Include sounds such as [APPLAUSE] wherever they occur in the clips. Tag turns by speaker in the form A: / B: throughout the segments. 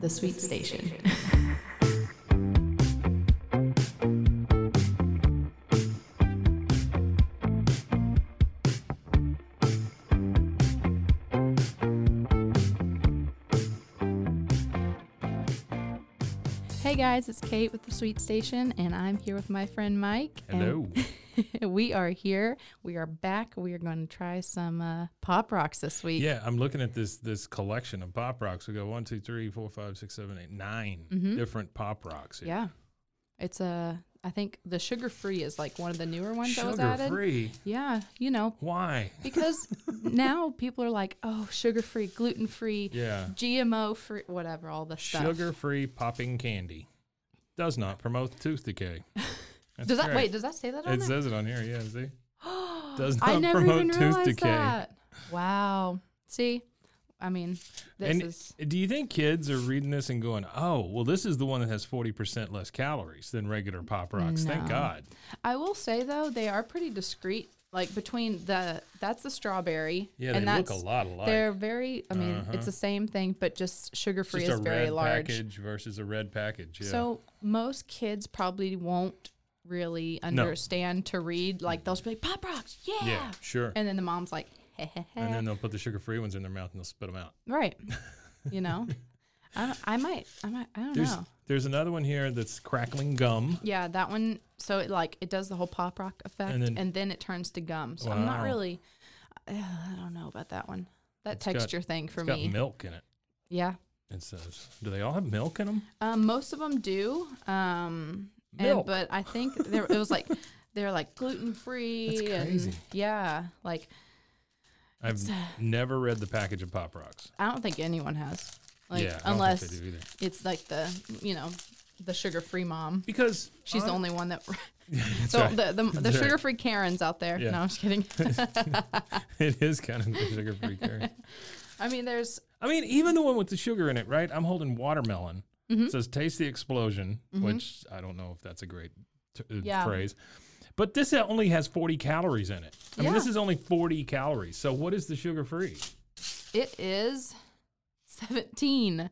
A: The Sweet Station.
B: Hey guys, it's Kate with the Sweet Station, and I'm here with my friend Mike.
C: Hello.
B: And [LAUGHS] we are here. We are back. We are going to try some uh, pop rocks this week.
C: Yeah, I'm looking at this this collection of pop rocks. We got one, two, three, four, five, six, seven, eight, nine
B: Mhm.
C: different pop rocks. here.
B: Yeah. It's a. I think the sugar free is like one of the newer ones that was
C: Sugar
B: added.
C: free.
B: Yeah, you know,
C: Why? [LAUGHS]
B: because now people are like, oh, sugar free, gluten free,
C: Yeah.
B: GMO free, whatever, all the stuff.
C: Sugar free popping candy does not promote
B: [LAUGHS]
C: tooth decay. That's
B: Does that
C: correct.
B: wait? Does that say that on
C: It
B: there?
C: says it on here. Yeah. See.
B: [GASPS]
C: Does
B: I
C: not
B: never
C: [LAUGHS] promote
B: even
C: tooth
B: realized
C: decay.
B: that. Wow. See, I mean, this
C: and
B: is
C: do you think kids are reading this and going, "Oh, well, this is the one that has forty percent less calories than regular pop rocks"? Thank
B: No.
C: God.
B: I will say though, they are pretty discreet. Like between the that's the strawberry.
C: Yeah,
B: and
C: they
B: that's,
C: look a lot alike.
B: They're very. I mean,
C: Uh-huh.
B: it's the same thing, but just sugar free
C: Just
B: is
C: a
B: very
C: red
B: large.
C: package versus a red package. Yeah.
B: So most kids probably won't really understand to read. Like they'll just be like pop rocks, yeah.
C: yeah, sure.
B: And then the mom's like, heh, heh, heh.
C: and then they'll put the sugar free ones in their mouth and they'll spit them out.
B: right, you
C: [LAUGHS]
B: know. I, don't- I might, I might, I don't
C: There's
B: know.
C: there's another one here that's crackling gum.
B: Yeah, that one. So it like it does the whole pop rock effect, and then,
C: then-
B: it turns to gum. So I'm not
C: Wow.
B: really. Uh, I don't know about that one. That
C: got-
B: texture thing for
C: It's
B: me.
C: got milk in it.
B: Yeah,
C: It says. Do they all have milk in them?
B: um, most of them do. Um, and,
C: Milk.
B: but I think there it was like they're like gluten free.
C: That's
B: and
C: crazy.
B: Yeah, like
C: I've
B: uh,
C: never read the package of Pop Rocks.
B: I don't think anyone has. Like
C: yeah, I don't think
B: unless
C: they do either.
B: it's like the you know the sugar free mom.
C: Because
B: She's the
C: hon-
B: only one that. [LAUGHS]
C: That's
B: so
C: right.
B: the the, the
C: That's right.
B: sugar free Karens out there.
C: Yeah.
B: No, I'm just kidding.
C: [LAUGHS] [LAUGHS] it is kind of the sugar
B: [LAUGHS]
C: free carrot.
B: I mean, there's
C: I mean, even the one with the sugar in it, right? I'm holding watermelon.
B: Mm-hmm.
C: It says taste the explosion, which I don't know if that's a great t- uh,
B: Yeah.
C: phrase. But this only has 40 calories in it. I mean, this
B: Yeah.
C: is only 40 calories. So what is the sugar free?
B: It is
C: [LAUGHS]
B: 17.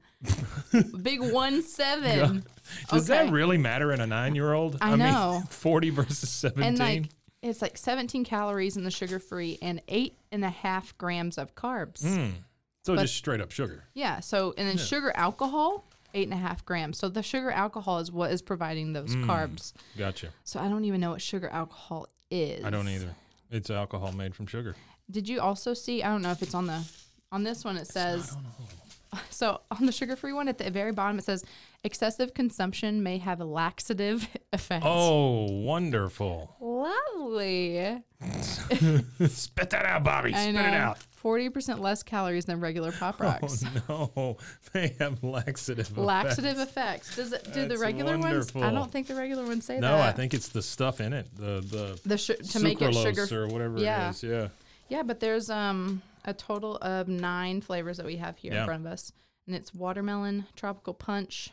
B: Big one seven.
C: Does
B: Okay.
C: that really matter in a nine year old?
B: I know.
C: [LAUGHS] mean, 40 versus 17.
B: And like it's like 17 calories in the sugar free and eight and a half grams of carbs.
C: Mm. so just straight up sugar.
B: Yeah. So and then sugar alcohol, eight and a half grams. So the sugar alcohol is what is providing those
C: Mm.
B: carbs.
C: Gotcha.
B: So I don't even know what sugar alcohol is.
C: I don't either. It's alcohol made from sugar.
B: Did you also see? I don't know if it's on the on this one. It says [LAUGHS] so on the sugar free one at the very bottom. It says excessive consumption may have a laxative [LAUGHS] effect.
C: Oh, wonderful. [LAUGHS]
B: lovely!
C: Spit that out, Bobby.
B: I
C: Spit it
B: know.
C: out.
B: Forty percent less calories than regular pop rocks.
C: [LAUGHS] Oh, no. They have laxative.
B: [LAUGHS]
C: effects.
B: Laxative effects. Does it? Do the
C: That's
B: regular ones? I
C: wonderful.
B: don't think the regular ones say that.
C: No, I think it's the stuff in it. The, the,
B: the su- to make it
C: sucralose
B: sugar.
C: or whatever
B: Yeah.
C: it is. Yeah.
B: Yeah, but there's um a total of nine flavors that we have here in
C: Yeah.
B: front of us, and it's watermelon, tropical punch,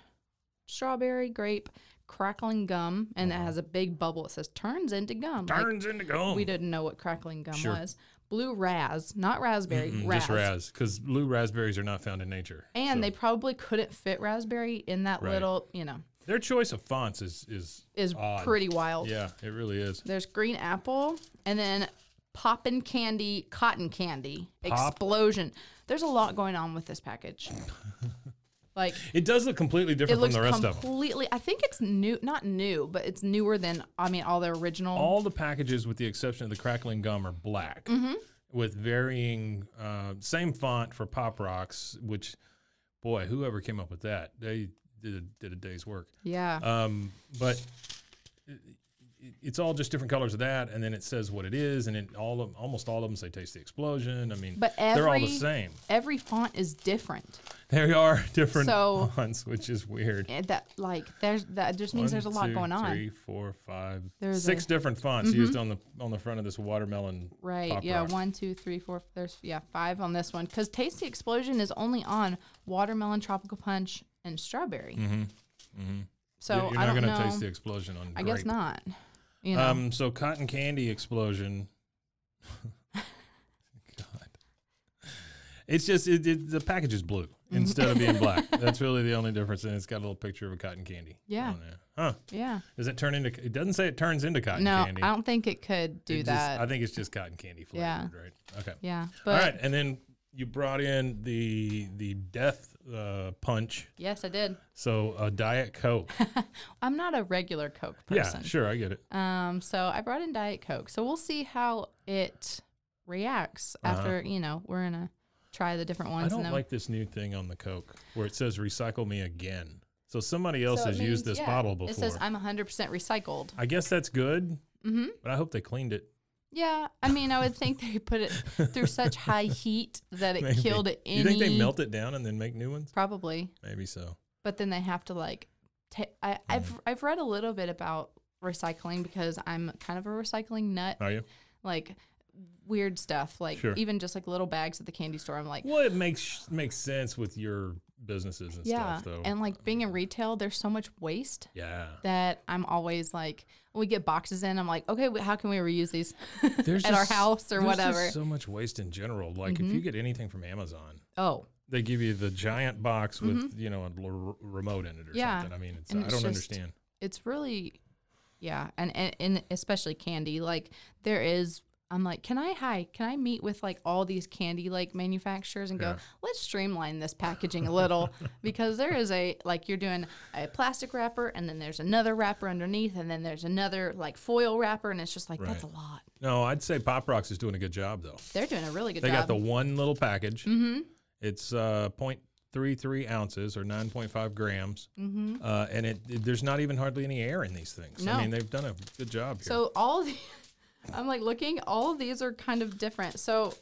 B: strawberry, grape, crackling gum, and
C: Uh-huh.
B: it has a big bubble. It says turns into gum. Like,
C: Turns into gum.
B: we didn't know what crackling gum
C: Sure.
B: was. Blue raz, not raspberry,
C: Mm,
B: raz.
C: Just raz, because blue raspberries are not found in nature.
B: And
C: so-
B: they probably couldn't fit raspberry in that
C: Right.
B: little, you know,
C: Their choice of fonts is is
B: is
C: odd.
B: pretty wild.
C: Yeah, it really is.
B: There's green apple, and then poppin' candy, cotton candy,
C: Pop.
B: explosion. There's a lot going on with this package.
C: [LAUGHS]
B: like
C: It does look completely
B: it
C: different from
B: looks
C: the rest of them.
B: completely. I think it's new, not new, but it's newer than I mean all the original.
C: All the packages, with the exception of the crackling gum, are black,
B: Mm-hmm.
C: with varying uh, same font for Pop Rocks. Which, boy, whoever came up with Uh, that, they did a, did a day's work.
B: yeah,
C: Um, but it- it's all just different colors of that, and then it says what it is, and it all of, almost all of them say "Taste the Explosion." I mean,
B: But
C: they're all the
B: every-
C: same. [LAUGHS]
B: Every font is different.
C: There are different [LAUGHS]
B: So-
C: ones, which is weird.
B: And Eh, that like there's that just means there's a lot going on.
C: Three, four, five,
B: There's
C: six
B: a- Mm-hmm.
C: different fonts used on the on the front of this watermelon.
B: Right.
C: Pop
B: yeah.
C: Rock.
B: One, two, three, four. There's yeah five on this one because Tasty Explosion is only on watermelon, tropical punch, and strawberry. Mm-hmm. Mm-hmm. So
C: You're- you're
B: I
C: not
B: don't
C: gonna
B: know.
C: taste the explosion on.
B: I guess
C: grape.
B: not. You know.
C: Um, so cotton candy
B: [LAUGHS]
C: explosion. God, it's just it, it, the package is blue instead of being
B: [LAUGHS]
C: black. That's really the only difference, and it's got a little picture of a cotton candy.
B: Yeah.
C: on there. Huh?
B: yeah.
C: Does it turn into? It doesn't say it turns into cotton
B: No,
C: candy.
B: I don't think it could do
C: It just-
B: that.
C: I think it's just cotton candy flavored.
B: Yeah.
C: Right. Okay.
B: yeah. But
C: All right, and then you brought in the the death uh, punch.
B: yes, I did.
C: So a diet coke.
B: I'm not a regular Coke [LAUGHS] person.
C: yeah, sure, I get it.
B: Um, so I brought in Diet Coke. So we'll see how it reacts after, you know, we're gonna try the different ones
C: Uh-huh. I
B: and
C: don't
B: then
C: like this new thing on the coke where it says recycle me again. So somebody else
B: So it
C: has
B: means-
C: used this
B: yeah,
C: bottle before.
B: It says I'm 100% recycled.
C: I guess that's good,
B: Mm-hmm.
C: but I hope they cleaned it.
B: Yeah, I mean, I would think they put it through
C: [LAUGHS]
B: such high heat that it
C: Maybe.
B: killed any.
C: You think they melt it down and then make new ones?
B: Probably,
C: Maybe so.
B: but then they have to like. Ta-
C: Mm.
B: I, I've I've read a little bit about recycling because I'm kind of a recycling nut.
C: Are you?
B: Like weird stuff, like
C: Uh. Sure.
B: even just like little bags at the candy store. I'm like,
C: Well, it makes makes sense with your businesses and
B: yeah,
C: stuff, though.
B: and like being in retail, there's so much waste
C: yeah,
B: that I'm always like, we get boxes in. I'm like, okay, wh- how can we reuse these [LAUGHS] at
C: there's
B: our
C: just-
B: house or
C: there's just
B: whatever? Mm-hmm.
C: so much waste in general. Like if you get anything from Amazon,
B: oh,
C: they give you the giant box with you know a l- r- remote in it or
B: Mm-hmm. Yeah,
C: something. I mean, it's,
B: and
C: I
B: it's
C: don't
B: just-
C: understand.
B: it's really yeah and, and and especially candy like there is i'm like can i hi can i meet with like all these candy like manufacturers and go
C: Yeah.
B: let's streamline this packaging a little [LAUGHS] because there is a like you're doing a plastic wrapper and then there's another wrapper underneath and then there's another like foil wrapper and it's just like that's a
C: Right.
B: lot
C: No, I'd say Pop Rocks is doing a good job though.
B: they're doing a really good
C: They
B: job
C: got the one little package. Mm-hmm. It's uh, 0.33 ounces or 9.5 grams, mm-hmm. uh, and it, it- there's not even hardly any air in these things.
B: No.
C: I mean, they've done a good job here.
B: So all the, [LAUGHS] I'm like looking, all these are kind of different. So,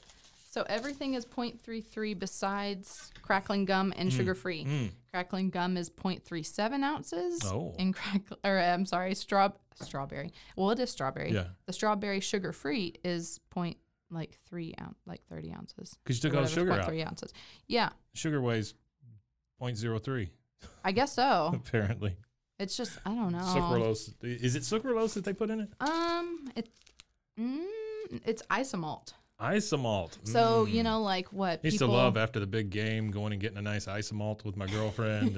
B: so everything is 0.33 besides crackling gum
C: Mm.
B: and sugar free. Crackling gum is 0.37 ounces.
C: Oh.
B: And crack, or I'm sorry, straw, strawberry. Well, it is strawberry.
C: Yeah.
B: The strawberry sugar free is point like three ounce, like 30 ounces.
C: 'Cause you took
B: or
C: all the
B: whatever,
C: sugar out.
B: 0.3 ounces. Yeah,
C: sugar weighs 0.03
B: I guess so.
C: [LAUGHS] apparently.
B: It's just I don't know.
C: Sucralose is it sucralose that they put in it?
B: Um, it, mm, it's isomalt.
C: Isomalt.
B: So
C: Mm.
B: you know, like what
C: I used to
B: people
C: love after the big game going and getting a nice isomalt with my girlfriend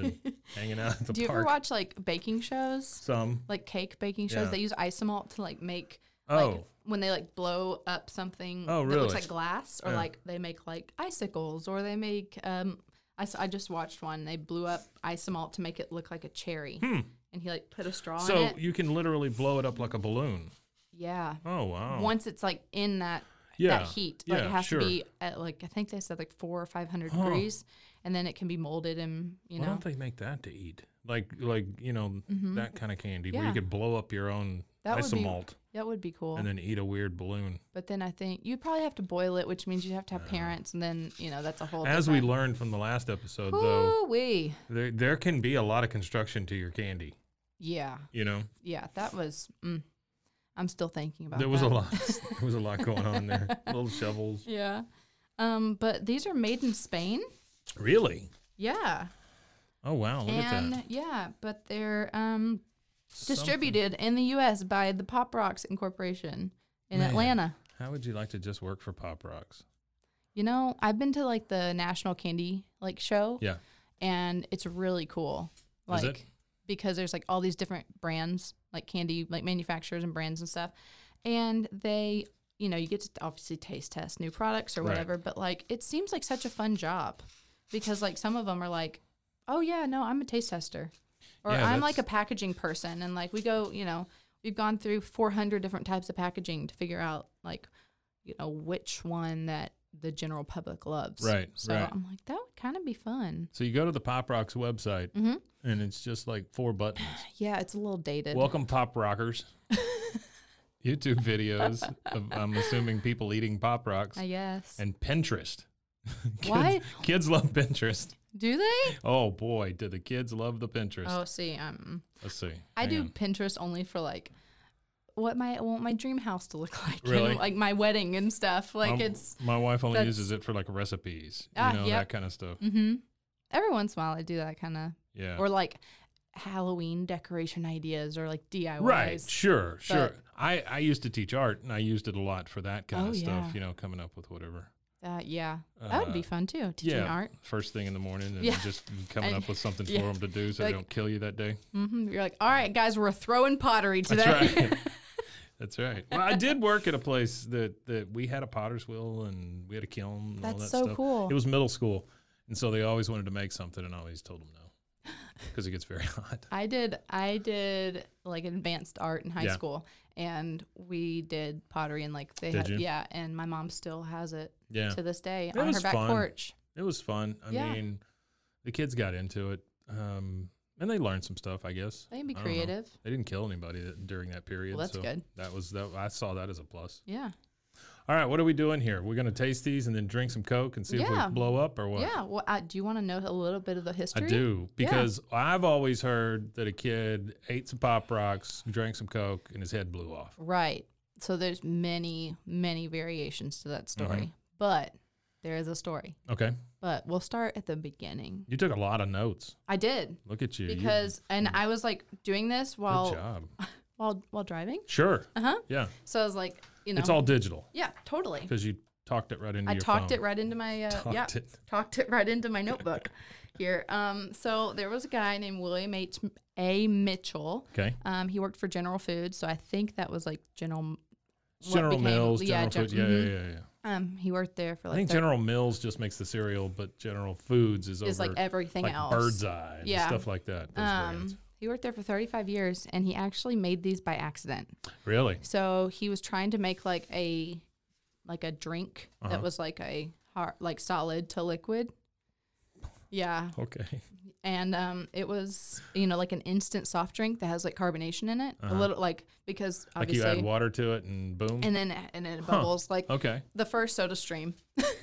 B: [LAUGHS]
C: and hanging out at the
B: Do you
C: park.
B: ever watch like baking shows,
C: Some.
B: like cake baking shows?
C: Yeah.
B: They use isomalt to like make. Like,
C: Oh.
B: when they like blow up something
C: Oh,
B: that
C: really?
B: looks like glass, or
C: Yeah.
B: like they make like icicles, or they make. Um, I, s- I just watched one. They blew up isomalt to make it look like a cherry, and he like put a straw in
C: Hmm. so
B: it.
C: you can literally blow it up like a balloon.
B: yeah.
C: Oh wow.
B: Once it's like in that
C: Yeah.
B: that heat, like
C: Yeah,
B: it has
C: sure.
B: to be at like I think they said like four or five hundred degrees, and then it can be molded and you
C: Why
B: know. Mm-hmm.
C: don't they make that to eat? Like like you know that kind of candy where you
B: Yeah.
C: could blow up your own
B: That would be
C: isomalt
B: That would be cool.
C: and then eat a weird balloon.
B: But then I think you'd probably have to boil it, which means you'd have to have parents, and then you know that's a whole.
C: Uh. As we learned from the last episode, though,
B: we
C: there there can be a lot of construction to your candy.
B: yeah,
C: You know,
B: yeah, that was. Mm, I'm still thinking about.
C: there was a
B: that.
C: lot. [LAUGHS] there was a lot going on
B: [LAUGHS]
C: there. Little shovels.
B: Yeah, um, but these are made in Spain.
C: Really?
B: Yeah,
C: Oh wow! Look at
B: and
C: that.
B: yeah, but they're um,
C: Something-
B: distributed in the U.S. by the Pop Rocks Incorporation in
C: Man.
B: Atlanta.
C: How would you like to just work for Pop Rocks?
B: You know, I've been to like the National Candy like show,
C: Yeah.
B: and it's really cool. Like
C: Is it?
B: because there's like all these different brands, like candy, like manufacturers and brands and stuff, and they, you know, you get to obviously taste test new products or
C: Right.
B: whatever. But like, it seems like such a fun job because like some of them are like, oh yeah, no, I'm a taste tester, or
C: Yeah,
B: I'm like a
C: that's-
B: packaging person, and like we go, you know, we've gone through 400 different types of packaging to figure out like, you know, which one that the general public loves.
C: Right,
B: So
C: right.
B: I'm like, that would kind of be fun.
C: So you go to the Pop Rocks website,
B: Mhm.
C: and it's just like four buttons.
B: Yeah, it's a little dated.
C: Welcome, Pop Rockers. [LAUGHS] YouTube videos of, I'm assuming, people eating Pop Rocks
B: I guess.
C: and Pinterest. [LAUGHS] kids,
B: Why?
C: kids love Pinterest.
B: do they?
C: Oh boy, do the kids love the Pinterest.
B: Oh, see, um,
C: Let's see.
B: I
C: Hang
B: do
C: on.
B: Pinterest only for like what my I want my dream house to look [LAUGHS] like, and,
C: Really? Um,
B: like my wedding and stuff. Like
C: my,
B: it's
C: my wife only
B: that's-
C: uses it for like recipes, you
B: Ah,
C: know
B: yep.
C: that kind of stuff.
B: hmm every once in a while I do that kind of
C: Yeah.
B: or like Halloween decoration ideas or like DIYs.
C: Right, sure, sure.
B: But-
C: I, I used to teach art and I used it a lot for that kind
B: Oh,
C: of stuff,
B: yeah.
C: you know, coming up with whatever.
B: Uh, yeah, that would be
C: Uh,
B: fun too. Teaching
C: yeah,
B: art.
C: First thing in the morning and
B: Yeah. [LAUGHS]
C: just coming
B: I-
C: up with something for
B: yeah.
C: them to do so
B: Like-
C: they don't kill you that day.
B: hmm You're like, all right, guys, we're throwing pottery today.
C: That's
B: [LAUGHS]
C: right. That's right. Well, I did work at a place that, that we had a potter's wheel and we had a kiln. And all
B: That's
C: that
B: so
C: stuff.
B: cool.
C: It was middle school, and so they always wanted to make something, and I always told them no
B: [LAUGHS]
C: because it gets very [LAUGHS] hot.
B: I did I did like advanced art in high
C: Yeah.
B: school and we did pottery and like they
C: Did
B: had
C: you?
B: yeah and my mom still has it
C: Yeah,
B: to this day
C: That
B: on her
C: was
B: back
C: fun.
B: porch.
C: it was fun. I
B: Yeah.
C: mean, the kids got into it, um, and they learned some stuff. I guess
B: They can be
C: I don't know.
B: creative.
C: They didn't kill anybody that- during that period.
B: that's
C: so
B: good.
C: That was that. I saw that as a plus.
B: Yeah.
C: All right, what are we doing here? We're gonna taste these and then drink some coke and see if
B: Yeah.
C: we blow up or what.
B: Yeah. Well, uh, do you want to know a little bit of the
C: I
B: history?
C: do
B: Yeah.
C: because I've always heard that a kid ate some pop rocks, drank some coke, and his head blew off.
B: Right. So there's many, many variations to
C: Uh-huh.
B: that story. But there is a story.
C: Okay,
B: But we'll start at the beginning.
C: you took a lot of notes.
B: I did
C: Look at you. you-
B: because and I was like doing this
C: Good
B: while
C: job.
B: while while driving.
C: Sure.
B: [LAUGHS] Uh-huh.
C: Yeah.
B: So I was like, you know,
C: It's all digital
B: yeah, totally.
C: because you talked it right into
B: I
C: your
B: talked
C: phone.
B: it right into my uh,
C: [LAUGHS]
B: yeah,
C: Talked it.
B: talked it right into my
C: [LAUGHS]
B: notebook here. Um, so there was a guy named William H. M- A. Mitchell.
C: Okay.
B: Um, he worked for General Foods, so I think that was like General. what
C: General
B: became-
C: Mills,
B: yeah,
C: General
B: Gen-
C: Foods. Yeah,
B: mhm.
C: yeah, yeah, yeah.
B: Um, he worked there for
C: I
B: like.
C: think
B: thir-
C: General Mills just makes the cereal, but General Foods is,
B: is
C: over
B: like everything
C: like
B: else.
C: Bird's Eye and
B: Yeah.
C: stuff like that. Those brands.
B: Um, he worked there for 35 years, and he actually made these by accident.
C: Really?
B: So he was trying to make like a like a drink
C: Uh-huh.
B: that was like a hard, like solid to liquid. Yeah,
C: Okay. [LAUGHS]
B: and um, it was you know like an instant soft drink that has like carbonation in it, a little like because
C: Uh-huh. Like
B: obviously,
C: you add water Oh. to it and boom.
B: and then and then it bubbles like [LAUGHS]
C: okay.
B: the first Soda Stream.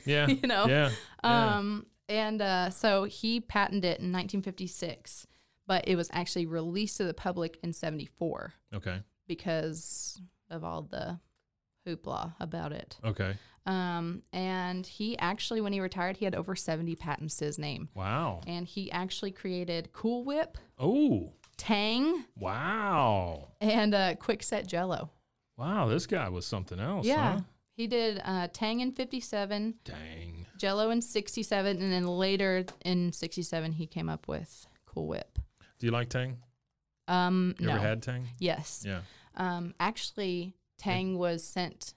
C: Yeah.
B: you know?
C: Yeah. yeah.
B: Um, and uh, so he patented it in 1956, but it was actually released to the public in 74
C: okay.
B: because of all the hoopla about it.
C: Okay.
B: Um, and he actually, when he retired, he had over 70 patents to his name.
C: Wow.
B: And he actually created Cool Whip,
C: Oh.
B: Tang,
C: Wow.
B: and uh, Quick Set Jello.
C: Wow. This guy was something else.
B: yeah.
C: Huh?
B: He did uh, Tang in 57,
C: Dang.
B: Jello in 67, and then later in 67, he came up with Cool Whip.
C: Do you like Tang?
B: Um,
C: You
B: no.
C: ever had Tang?
B: Yes.
C: Yeah.
B: Um, actually, Tang was sent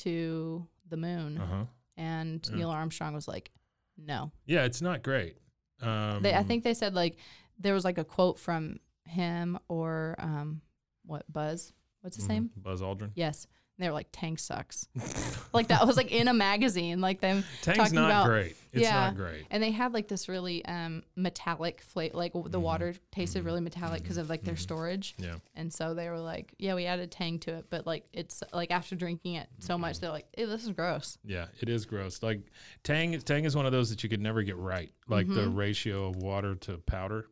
B: to the moon,
C: Uh huh.
B: and
C: Yeah.
B: Neil Armstrong was like, "No."
C: Yeah, it's not great. Um,
B: they, I think they said like there was like a quote from him or um, what Buzz? What's his
C: mhm,
B: name?
C: Buzz Aldrin.
B: Yes. And they were like, "Tang sucks."
C: [LAUGHS]
B: like that was like in a magazine, like them.
C: Tang's
B: talking
C: not
B: about-
C: great. It's
B: yeah.
C: not great.
B: And they had like this really um, metallic flavor, like w- the water tasted really metallic because of like their storage.
C: Mm-hmm. Yeah.
B: And so they were like, yeah, we added tang to it, but like it's like after drinking it so
C: Mm-hmm.
B: much, they're like, ew, this is gross.
C: Yeah, it is gross. Like Tang, Tang is one of those that you could never get right. Like the
B: Mm-hmm.
C: ratio of water to powder,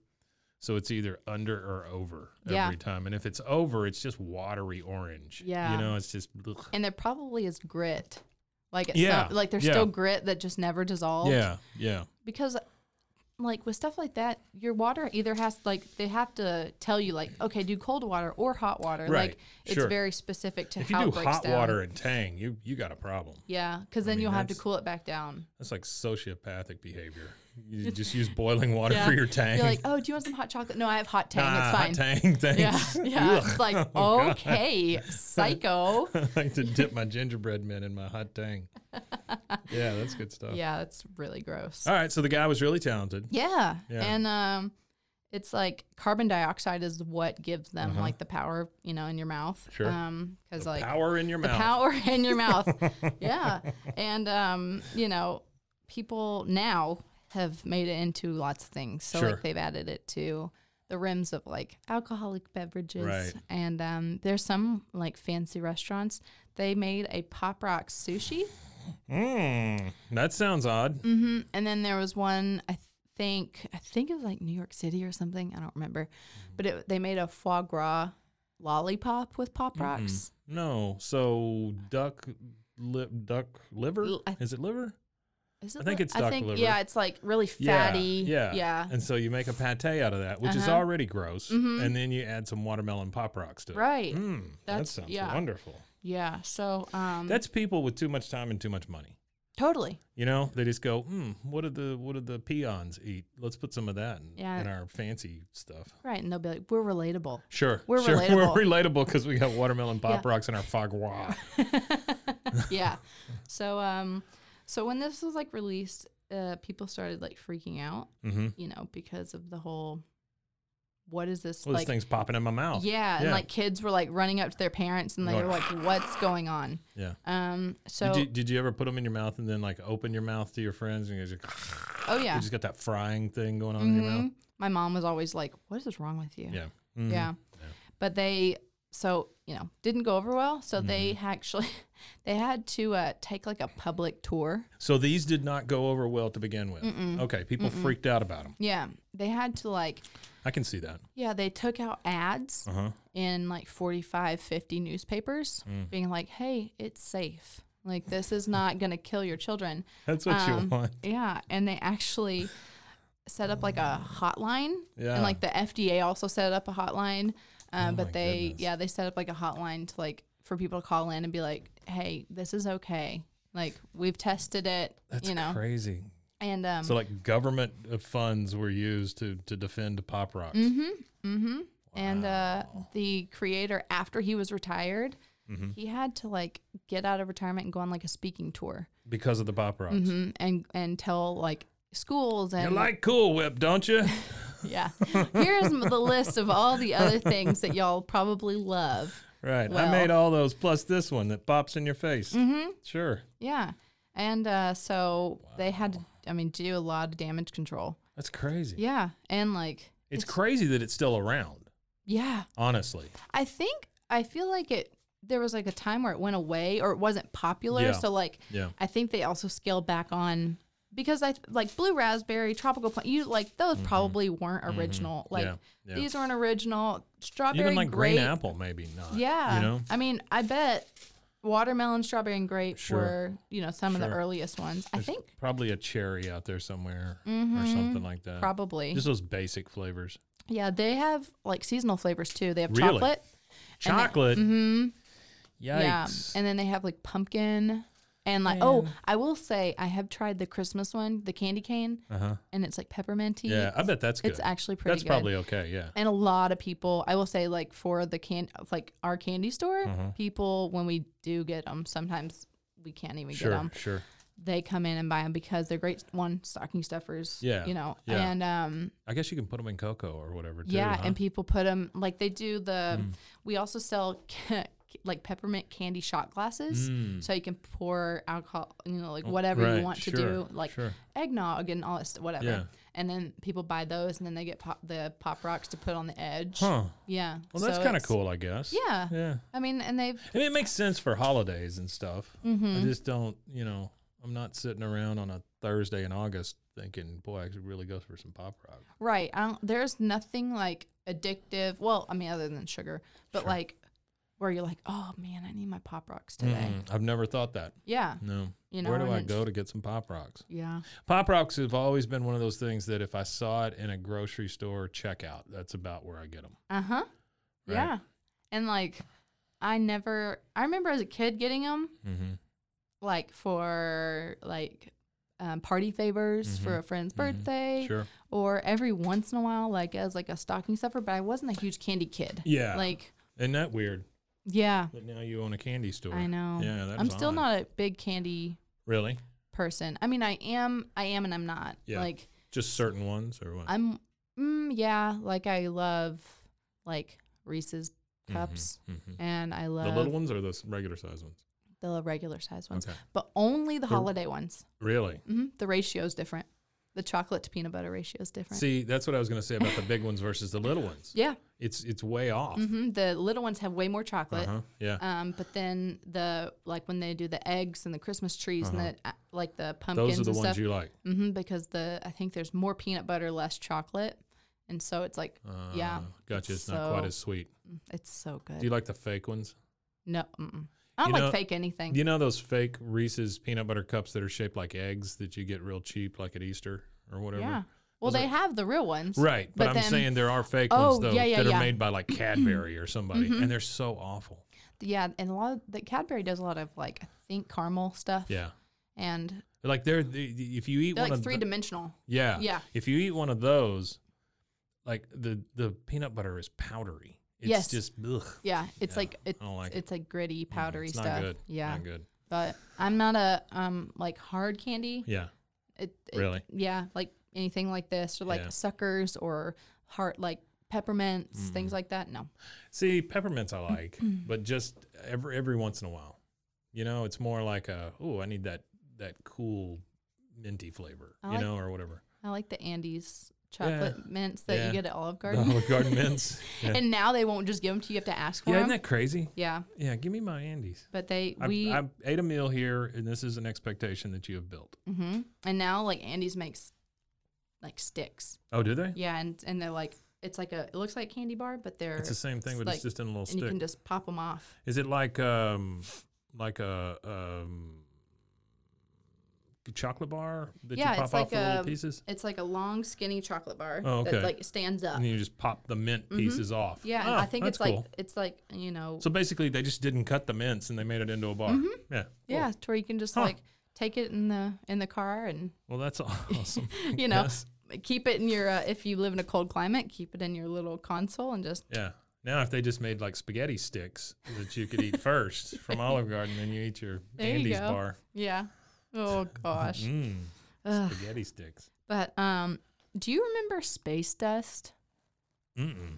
C: so it's either under or over
B: Yeah.
C: every time. And if it's over, it's just watery orange.
B: Yeah.
C: you know, it's just. ugh.
B: And there probably is grit. Like it's
C: Yeah,
B: so, like there's
C: yeah.
B: still grit that just never dissolved.
C: Yeah, yeah,
B: Because like with stuff like that, your water either has like they have to tell you like, okay, do cold water or hot water.
C: Right,
B: Like it's
C: sure.
B: very specific to
C: If you
B: how
C: do
B: it breaks
C: hot
B: down.
C: water and Tang, you you got a problem.
B: Yeah, because then
C: mean,
B: you'll have to
C: that's-
B: cool it back down.
C: That's like sociopathic behavior. You just use boiling water
B: Yeah.
C: for your Tang. [LAUGHS]
B: You're like, oh, do you want some hot chocolate? No, I have hot tang.
C: Ah,
B: it's
C: hot
B: fine.
C: Tang,
B: [LAUGHS]
C: [LAUGHS]
B: Yeah,
C: thanks.
B: yeah.
C: Ugh.
B: It's like,
C: [LAUGHS] Oh, God.
B: okay,
C: [LAUGHS]
B: psycho.
C: I like to dip my gingerbread men in my
B: [LAUGHS]
C: hot Tang. yeah, that's good stuff.
B: Yeah, it's really gross.
C: All right, so the guy was really talented.
B: Yeah.
C: Yeah.
B: And um it's like carbon dioxide is what gives them
C: Uh-huh.
B: like the power, you know, in your mouth.
C: Sure.
B: Um, because
C: The
B: like
C: power in your
B: the
C: mouth.
B: power [LAUGHS] in your mouth.
C: [LAUGHS]
B: yeah. And um, you know, people now have made it into lots of things. So
C: Sure.
B: like they've added it to the rims of like alcoholic beverages.
C: Right.
B: And um there's some like fancy restaurants. They made a pop rock sushi.
C: Mm, that sounds odd.
B: hmm And then there was one I th- think I think it was like New York City or something. I don't remember.
C: Mm.
B: But it, they made a foie gras lollipop with pop
C: Mm-hmm.
B: rocks.
C: No, so duck, li- duck liver.
B: L- I-
C: Is it liver?
B: Is
C: I think
B: li-
C: it's duck liver.
B: Yeah, it's like really fatty.
C: Yeah,
B: Yeah.
C: And so you make a pate out of that, which is
B: Uh-huh.
C: already gross, and then you add some watermelon pop rocks to it.
B: Right.
C: Mm, that
B: That's-
C: sounds
B: yeah. Mm-hmm.
C: wonderful.
B: Yeah. So um
C: That's people with too much time and too much money.
B: totally.
C: You know, they just go, hmm, what did the what did the peons eat? Let's put some of that in,
B: Yeah.
C: in our fancy stuff.
B: Right. And they'll be like, We're relatable.
C: Sure,
B: We're
C: sure, [LAUGHS]
B: relatable.
C: we're relatable because we got watermelon
B: [LAUGHS]
C: pop
B: Yeah.
C: rocks in our foie gras.
B: [LAUGHS] yeah. So um so when this was like released, uh people started like freaking out,
C: hmm
B: you know, because of the whole what is this
C: Well, this
B: like
C: thing's popping in my mouth.
B: yeah, and
C: Yeah.
B: like kids were like running up to their parents and they
C: Going,
B: were like, What's going on?
C: Yeah.
B: Um so
C: did, you, did you ever put them in your mouth and then like open your mouth to your friends and you just, [LAUGHS]
B: oh yeah.
C: you just got that frying thing going on in your mouth?
B: Mhm. My mom was always like, What is wrong with you?
C: Yeah. Mhm.
B: Yeah. Mm-hmm. But they so, you know, didn't go over well. So they [LAUGHS] actually they had to uh, take like a public tour.
C: So these did not go over well to begin with. Okay. People freaked out about them.
B: Yeah. They had to like
C: I can see that.
B: yeah, they took out ads
C: Uh huh.
B: in like 45, 50 newspapers being like, "Hey, it's safe. Like this is not going to kill your children."
C: That's what you
B: Um,
C: want. [LAUGHS]
B: Yeah, and they actually set up like a hotline,
C: Yeah. Oh
B: and like the FDA also set up a hotline. Uh,
C: my
B: but they,
C: goodness.
B: yeah, they set up like a hotline to like for people to call in and be like, "Hey, this is okay. Like we've tested it,
C: That's
B: you know."
C: crazy.
B: And um,
C: So like government uh, funds were used to to defend pop rocks.
B: Mm-hmm. and uh, the creator, after he was retired,
C: Mm-hmm.
B: he had to like get out of retirement and go on like a speaking tour,
C: because of the pop rocks.
B: mm, and and tell like schools
C: You
B: and
C: like Cool Whip, don't
B: [LAUGHS]
C: you?
B: Yeah. Here's m- the list of all the other things that y'all probably love.
C: right. I
B: Well-
C: made all those plus this one that pops in your face. Mm-hmm. Sure.
B: Yeah. And uh, so they had to, I mean, do a lot of damage control.
C: That's crazy.
B: Yeah. And like,
C: It's, crazy that it's still around,
B: yeah.
C: honestly.
B: I think, I feel like it, there was like a time where it went away or it wasn't popular.
C: Yeah.
B: So like,
C: Yeah.
B: I think they also scaled back on because I like blue raspberry, tropical plant, you like those probably weren't original. Like
C: Mm-hmm. Yeah. Yeah.
B: these weren't original. Strawberry,
C: Even like green
B: grape,
C: apple, maybe not.
B: Yeah.
C: You know?
B: I mean, I bet watermelon, strawberry, and grape
C: Sure.
B: were, you know, some of the
C: Sure.
B: earliest ones. I think Mm-hmm.
C: Probably a cherry out there somewhere or something like that.
B: probably.
C: Just those basic flavors.
B: yeah, they have like seasonal flavors too. They have
C: Really?
B: chocolate. And they-
C: Chocolate.
B: Mhm. Yeah.
C: Yikes.
B: And then they have like pumpkin. And like, oh, I will say, I have tried the Christmas one, the candy cane,
C: uh-huh.
B: and it's like pepperminty.
C: Yeah. I bet that's good.
B: It's actually pretty
C: That's
B: good.
C: probably okay. Yeah.
B: and a lot of people i will say like for the can like our candy store
C: Uh-huh.
B: people when we do get them sometimes we can't even get
C: Sure.
B: them
C: Sure.
B: they come in and buy them because they're great one stocking stuffers
C: Yeah,
B: you know
C: yeah. uh-huh.
B: and um
C: I guess you can put them in cocoa or whatever, too.
B: yeah
C: huh?
B: and people put them like they do the
C: Hmm.
B: we also sell [LAUGHS] ca- like peppermint candy shot glasses so you can pour alcohol you know like whatever
C: Hmm. Oh, right,
B: you want to
C: sure,
B: do like
C: sure.
B: eggnog and all that st- whatever
C: Yeah.
B: and then people buy those and then they get pop- the pop rocks to put on the edge
C: Huh.
B: yeah
C: Well, that's
B: so
C: kind of
B: it's-
C: cool, I guess.
B: yeah
C: Yeah.
B: i mean and they've
C: I mean, it makes sense for holidays and stuff.
B: Mm-hmm.
C: I just don't, you know, I'm not sitting around on a Thursday in August thinking, boy, I could really go for some pop rock.
B: Right. I don't, there's nothing like addictive. Well, I mean, other than sugar, but like where you're like, oh man, I need my pop rocks today.
C: Mm, I've never thought that.
B: Yeah.
C: No.
B: You
C: Where
B: know,
C: do
B: and
C: I
B: it's-
C: go to get some pop rocks?
B: Yeah.
C: Pop rocks have always been one of those things that if I saw it in a grocery store checkout, that's about where I get them.
B: Uh huh.
C: Right.
B: Yeah. And like, I never, I remember as a kid getting them
C: Mm-hmm.
B: like for like um, party favors for a friend's birthday
C: Mm-hmm. Sure.
B: or every once in a while, like as like a stocking stuffer, but I wasn't a huge candy kid.
C: Yeah.
B: Like,
C: Isn't that weird
B: yeah,
C: that now you own a candy store?
B: I know.
C: Yeah, that's
B: I'm still not a big candy
C: Really?
B: person. I mean, I am, I am, and I'm not.
C: Yeah.
B: Like
C: Just certain ones or what?
B: I'm, mm, Mm, yeah, like I love like Reese's
C: Mhm,
B: cups,
C: mhm.
B: and I love
C: The little ones or the s- regular size ones?
B: the regular size ones,
C: Okay.
B: but only the
C: The-
B: holiday ones.
C: Really?
B: hmm The ratio is different. The chocolate to peanut butter ratio is different.
C: See, that's what I was going to say about the big ones versus the little ones.
B: yeah,
C: It's it's way off.
B: hmm the little ones have way more chocolate.
C: Uh-huh. Yeah.
B: Um, but then the like when they do the eggs and the Christmas trees and the uh, like the pumpkins
C: Uh-huh. Those are the
B: and
C: ones
B: stuff,
C: you like.
B: hmm because the I think there's more peanut butter, less chocolate, and so it's like
C: Uh,
B: yeah,
C: Gotcha. It's not quite
B: so-
C: as sweet.
B: it's so good.
C: Do you like the fake ones?
B: no, mm-mm. I don't
C: You
B: like
C: know-
B: fake anything.
C: You know those fake Reese's peanut butter cups that are shaped like eggs that you get real cheap, like at Easter or whatever?
B: yeah, well
C: Those
B: they
C: are-
B: have the real ones,
C: Right. But,
B: But
C: I'm
B: then-
C: saying there are fake
B: Oh,
C: ones, though,
B: yeah, yeah,
C: that are
B: yeah. Mm-hmm.
C: made by like Cadbury or somebody, and they're so awful.
B: Yeah, and a lot of the Cadbury does a lot of like I think caramel stuff.
C: Yeah.
B: and
C: Like they're, the the- if you eat
B: they're
C: one
B: like
C: of
B: three
C: the-
B: dimensional.
C: Yeah.
B: Yeah.
C: If you eat one of those, like the the peanut butter is powdery. It's
B: Yes.
C: just ugh.
B: Yeah, it's
C: Yeah,
B: like
C: I
B: it's
C: don't like it.
B: it's like gritty,
C: Mm,
B: powdery
C: it's
B: stuff.
C: Not good.
B: Yeah,
C: Not good.
B: but I'm not a um like hard candy.
C: Yeah.
B: It, it-
C: Really?
B: Yeah, like anything like this or like
C: Yeah.
B: suckers or heart like peppermints,
C: Mm.
B: things like that. No.
C: See, peppermints I like,
B: Mm-hmm.
C: but just every every once in a while. You know, it's more like a oh, I need that that cool minty flavor,
B: I
C: you
B: like-
C: know, or whatever.
B: I like the Andes chocolate mints that
C: Yeah.
B: you get at Olive
C: The
B: Garden.
C: Olive
B: [LAUGHS]
C: Garden mints. Yeah.
B: and now they won't just give them to you. You have to ask for
C: yeah, isn't
B: them.
C: that crazy?
B: yeah.
C: Yeah, give me my Andes.
B: But they,
C: I,
B: we,
C: I ate a meal here, and this is an expectation that you have built.
B: hmm and now like Andes makes like sticks.
C: Oh, do they?
B: Yeah. And, and they're like, it's like a, it looks like a candy bar, but they're,
C: It's the same thing,
B: it's
C: but
B: like-
C: it's just in a little
B: and you
C: stick.
B: can just pop them off.
C: Is it like um like a um chocolate bar that
B: Yeah,
C: you pop
B: it's
C: off
B: like
C: the little
B: a-
C: pieces?
B: It's like a long, skinny chocolate bar
C: Oh, okay.
B: that like stands up.
C: And you just pop the mint pieces off.
B: Mm-hmm. Yeah, and
C: Oh,
B: I think
C: that's
B: it's like
C: cool.
B: it's like you know,
C: So basically they just didn't cut the mints and they made it into a bar. Yeah.
B: Mm-hmm. yeah, to where you can just
C: Huh.
B: like take it in the in the car and
C: Well, that's [LAUGHS] awesome.
B: you know
C: Yes.
B: keep it in your uh, if you live in a cold climate, keep it in your little console and just
C: Yeah. Now if they just made like spaghetti sticks that you
B: [LAUGHS]
C: could eat first from Olive Garden and you eat your
B: There you
C: Andy's
B: go.
C: bar.
B: yeah. Oh gosh,
C: Mm,
B: Ugh.
C: spaghetti sticks.
B: but um, do you remember space dust?
C: Mm-mm.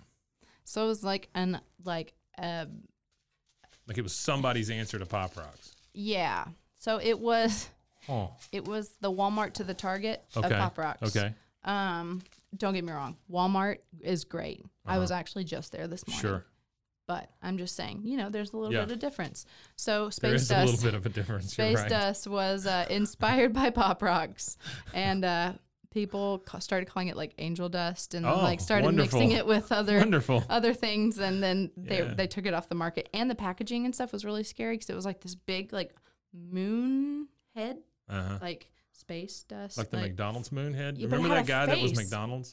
B: So it was like an like uh
C: Like it was somebody's answer to Pop Rocks.
B: yeah. So it was
C: Oh,
B: it was the Walmart to the Target of
C: okay.
B: Pop Rocks.
C: Okay.
B: Um, don't get me wrong, Walmart is great. I was actually just there this morning.
C: Uh-huh. Sure.
B: but I'm just saying, you know, there's a little
C: Yeah.
B: bit of difference. So
C: There
B: space
C: is a little
B: dust,
C: bit of a difference.
B: space
C: you're right.
B: dust was uh, inspired by pop rocks, and uh, people ca- started calling it like angel dust, and then,
C: Oh,
B: like started
C: wonderful.
B: mixing it with other [LAUGHS]
C: Wonderful.
B: other things, and then they
C: Yeah.
B: they took it off the market. And the packaging and stuff was really scary because it was like this big like moon head,
C: Uh-huh.
B: like space dust,
C: Like the McDonald's moon head.
B: Yeah, but it
C: Remember that
B: had
C: guy
B: a
C: that was
B: face.
C: McDonald's?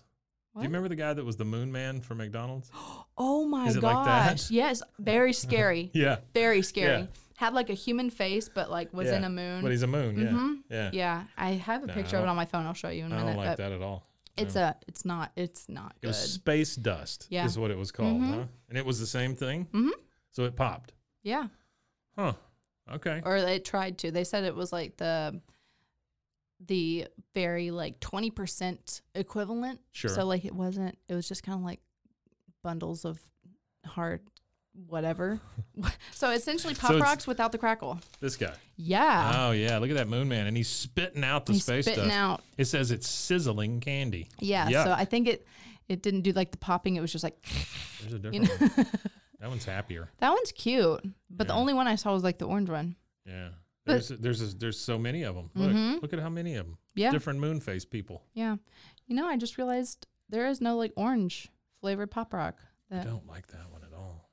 C: Do
B: What?
C: you remember the guy that was the moon man for McDonald's? [GASPS]
B: Oh my
C: Is it like that?
B: gosh! yes, very scary.
C: [LAUGHS] yeah.
B: Very scary.
C: Yeah.
B: Had like a human face, but like was
C: yeah.
B: in a moon.
C: But he's a moon. Yeah.
B: Mhm.
C: Yeah.
B: Yeah, I have a
C: No,
B: picture
C: I
B: of it
C: don't-
B: on my phone. I'll show you in a
C: I
B: minute.
C: don't like
B: but
C: that at all.
B: It's a. It's not. It's not
C: It
B: good.
C: was space dust.
B: Yeah. Mm-hmm.
C: Is what it was called, huh? And it was the same thing. Mm-hmm. So it popped.
B: yeah,
C: Huh. Okay.
B: or they tried to. They said it was like the, the very like twenty percent equivalent.
C: Sure.
B: So like it wasn't. It was just kind of like bundles of hard whatever.
C: [LAUGHS]
B: [LAUGHS] so essentially, pop
C: So it's- Ah,
B: rocks without the crackle.
C: This guy.
B: Yeah.
C: Oh yeah. Look at that moon man, and he's spitting out
B: Ah.
C: the
B: He's
C: space
B: spitting
C: dust.
B: out.
C: It says it's sizzling candy.
B: Yeah. So
C: Yuck.
B: I think it. It didn't do like the popping. It was just like [LAUGHS]
C: There's a different one. That one's happier.
B: that one's cute, but the only one I saw was like the orange one.
C: Yeah.
B: But- Mm-hmm.
C: There's there's a, there's so many of them. Look, look at how many of them.
B: Yeah.
C: Different moon face people.
B: Yeah. You know, I just realized there is no like orange flavored pop rock.
C: I
B: That,
C: don't like that one at all.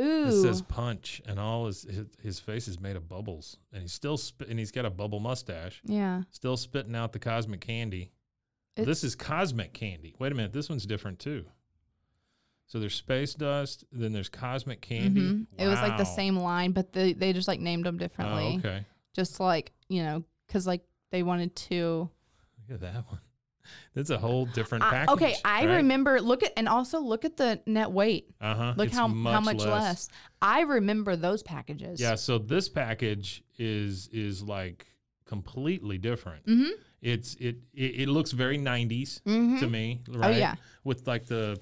B: ooh.
C: It says punch, and all his, his his face is made of bubbles, and he's still spit, and he's got a bubble mustache,
B: yeah.
C: still spitting out the cosmic candy. Well, this is cosmic candy. Wait a minute, this one's different too. So there's space dust, then there's cosmic candy.
B: Mhm. It was like the
C: Wow.
B: same line, but they, they just like named them differently.
C: Oh, okay.
B: Just like, you know, because like they wanted to.
C: Look at that one. [LAUGHS] That's a whole different
B: I-
C: package.
B: Ah, okay. I remember. Look at, and also look at the net weight.
C: Uh huh.
B: Look how, how much less. I remember those packages.
C: Yeah, so this package is is like completely different.
B: Mm-hmm.
C: It's it it, it looks very 90s
B: Mhm.
C: to me, right?
B: yeah.
C: With like the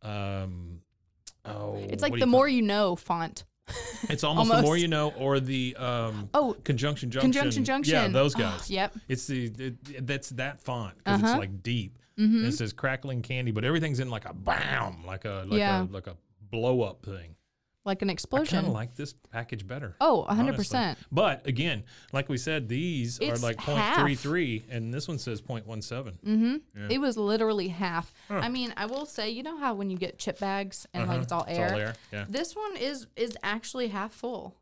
C: um oh
B: It's
C: what
B: like
C: do
B: the
C: you
B: more you know font.
C: call- It's almost, the more
B: almost.
C: you know or the um
B: Oh,
C: conjunction junction.
B: conjunction junction.
C: Yeah, those
B: Oh, [GASPS]
C: guys.
B: yep.
C: It's the it, that's that font because
B: Uh-huh.
C: it's like deep.
B: Mm-hmm.
C: And it says crackling candy, but everything's in like a bam, like a like
B: Yeah.
C: a like a blow up thing.
B: Like an
C: I
B: explosion.
C: kind of like this package better.
B: oh, 100%.
C: honestly. But again, like we said, these
B: It's
C: are like
B: half.
C: 0.33, and this one says 0.17.
B: Mm-hmm.
C: Yeah.
B: It was literally half. I mean, I will say, you know how when you get chip bags and like
C: Uh-huh.
B: it's all air?
C: It's all air. Yeah.
B: This one is is actually half full.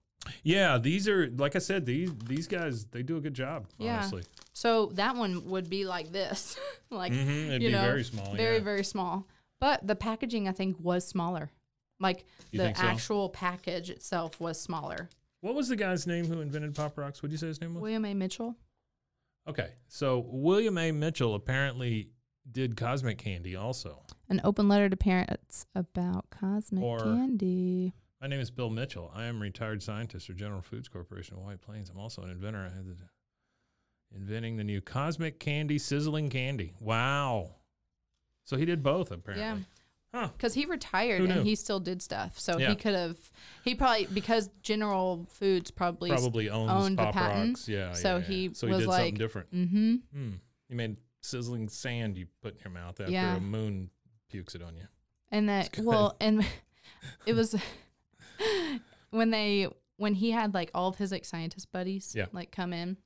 C: Yeah. These are like I said. These these guys they do a good job.
B: Yeah.
C: Honestly.
B: So that one would be like this. [LAUGHS] like
C: Mhm, it'd
B: you
C: be
B: know,
C: very small,
B: Very,
C: yeah.
B: very small. But the packaging I think was smaller. Like
C: You
B: the
C: think so?
B: actual package itself was smaller.
C: What was the guy's name who invented Pop Rocks? What would you say his name was?
B: William A. Mitchell.
C: Okay. So William A. Mitchell apparently did Cosmic Candy also.
B: An open letter to parents about cosmic
C: Or-
B: candy.
C: My name is Bill Mitchell. I am retired scientist for General Foods Corporation of White Plains. I'm also an inventor. I had the inventing the new Cosmic Candy Sizzling Candy. Wow. So he did both apparently. Huh.
B: Because he retired
C: Who knew?
B: and he still did stuff. So
C: Yeah.
B: he could have, he probably, because General Foods probably,
C: Probably owns
B: owned the
C: Pop
B: patent,
C: Rocks. Yeah.
B: so
C: yeah, yeah.
B: he
C: so he
B: was
C: did
B: like,
C: something different.
B: Mm-hmm.
C: Hmm. You made sizzling sand you put in your mouth after
B: Yeah.
C: a moon pukes it on you.
B: And that,
C: good.
B: well, and [LAUGHS] it was [LAUGHS] when they, when he had like all of his like scientist buddies
C: Yeah.
B: like come in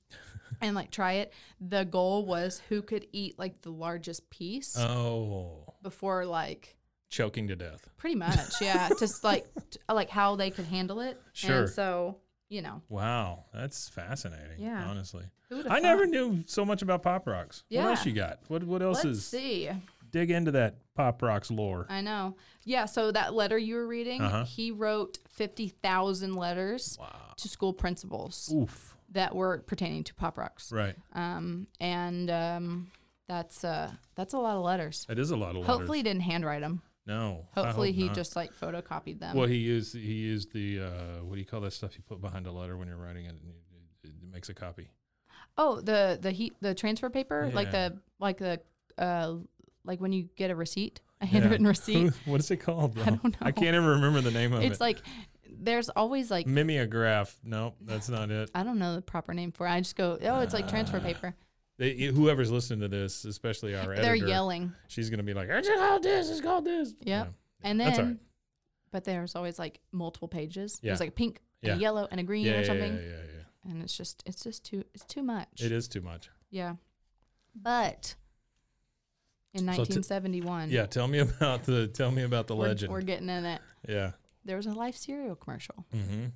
B: and like try it, the goal was who could eat like the largest piece
C: Oh.
B: before like
C: Choking to death.
B: pretty much,
C: [LAUGHS]
B: yeah, just like, t- like how they could handle it.
C: Sure.
B: And so, you know,
C: Wow. That's fascinating.
B: Yeah.
C: Honestly.
B: who would've
C: I never
B: thought?
C: knew so much about Pop Rocks. What else
B: Yeah.
C: you got? What what else
B: Let's
C: is
B: see.
C: dig into that Pop Rocks lore?
B: I know. Yeah. So that letter you were reading,
C: Uh-huh.
B: he wrote fifty thousand letters
C: Wow.
B: to school principals
C: Oof.
B: that were pertaining to pop rocks.
C: Right.
B: Um, and um, that's uh, that's a lot of letters.
C: That is a lot of
B: Hopefully, he
C: letters.
B: didn't handwrite them.
C: No. I
B: Hopefully,
C: hope
B: he
C: not.
B: just um, like photocopied them.
C: Well, he used he used the uh, what do you call that stuff you put behind a letter when you're writing it? And it, it makes a copy.
B: oh, the the heat the transfer paper, like
C: Yeah.
B: the like the uh, like when you get a receipt, a handwritten
C: [LAUGHS] Yeah.
B: receipt.
C: what is it called?
B: I
C: though?
B: don't
C: I
B: know.
C: can't even remember the name of it. Mm.
B: it's like there's always like
C: mimeograph. No, that's not it.
B: I don't know the proper name for it. I just go, oh, it's like transfer paper.
C: They, whoever's listening to this, especially our
B: They're
C: Ah, editor,
B: yelling.
C: she's gonna be like, "It's called this. It's called this."
B: Yep. And then,
C: That's all right.
B: but there's always like multiple pages.
C: Yeah.
B: There's like a pink, and
C: Yeah.
B: a yellow, and a green
C: Yeah,
B: or
C: yeah, yeah,
B: something.
C: yeah, yeah.
B: And it's just, it's just too, it's too much.
C: It is too much.
B: Yeah. But in
C: So t-
B: 1971,
C: Yeah, tell me [LAUGHS] about the tell me about the
B: we're,
C: legend.
B: we're getting in it.
C: yeah.
B: There was a life cereal commercial.
C: Mm-hmm.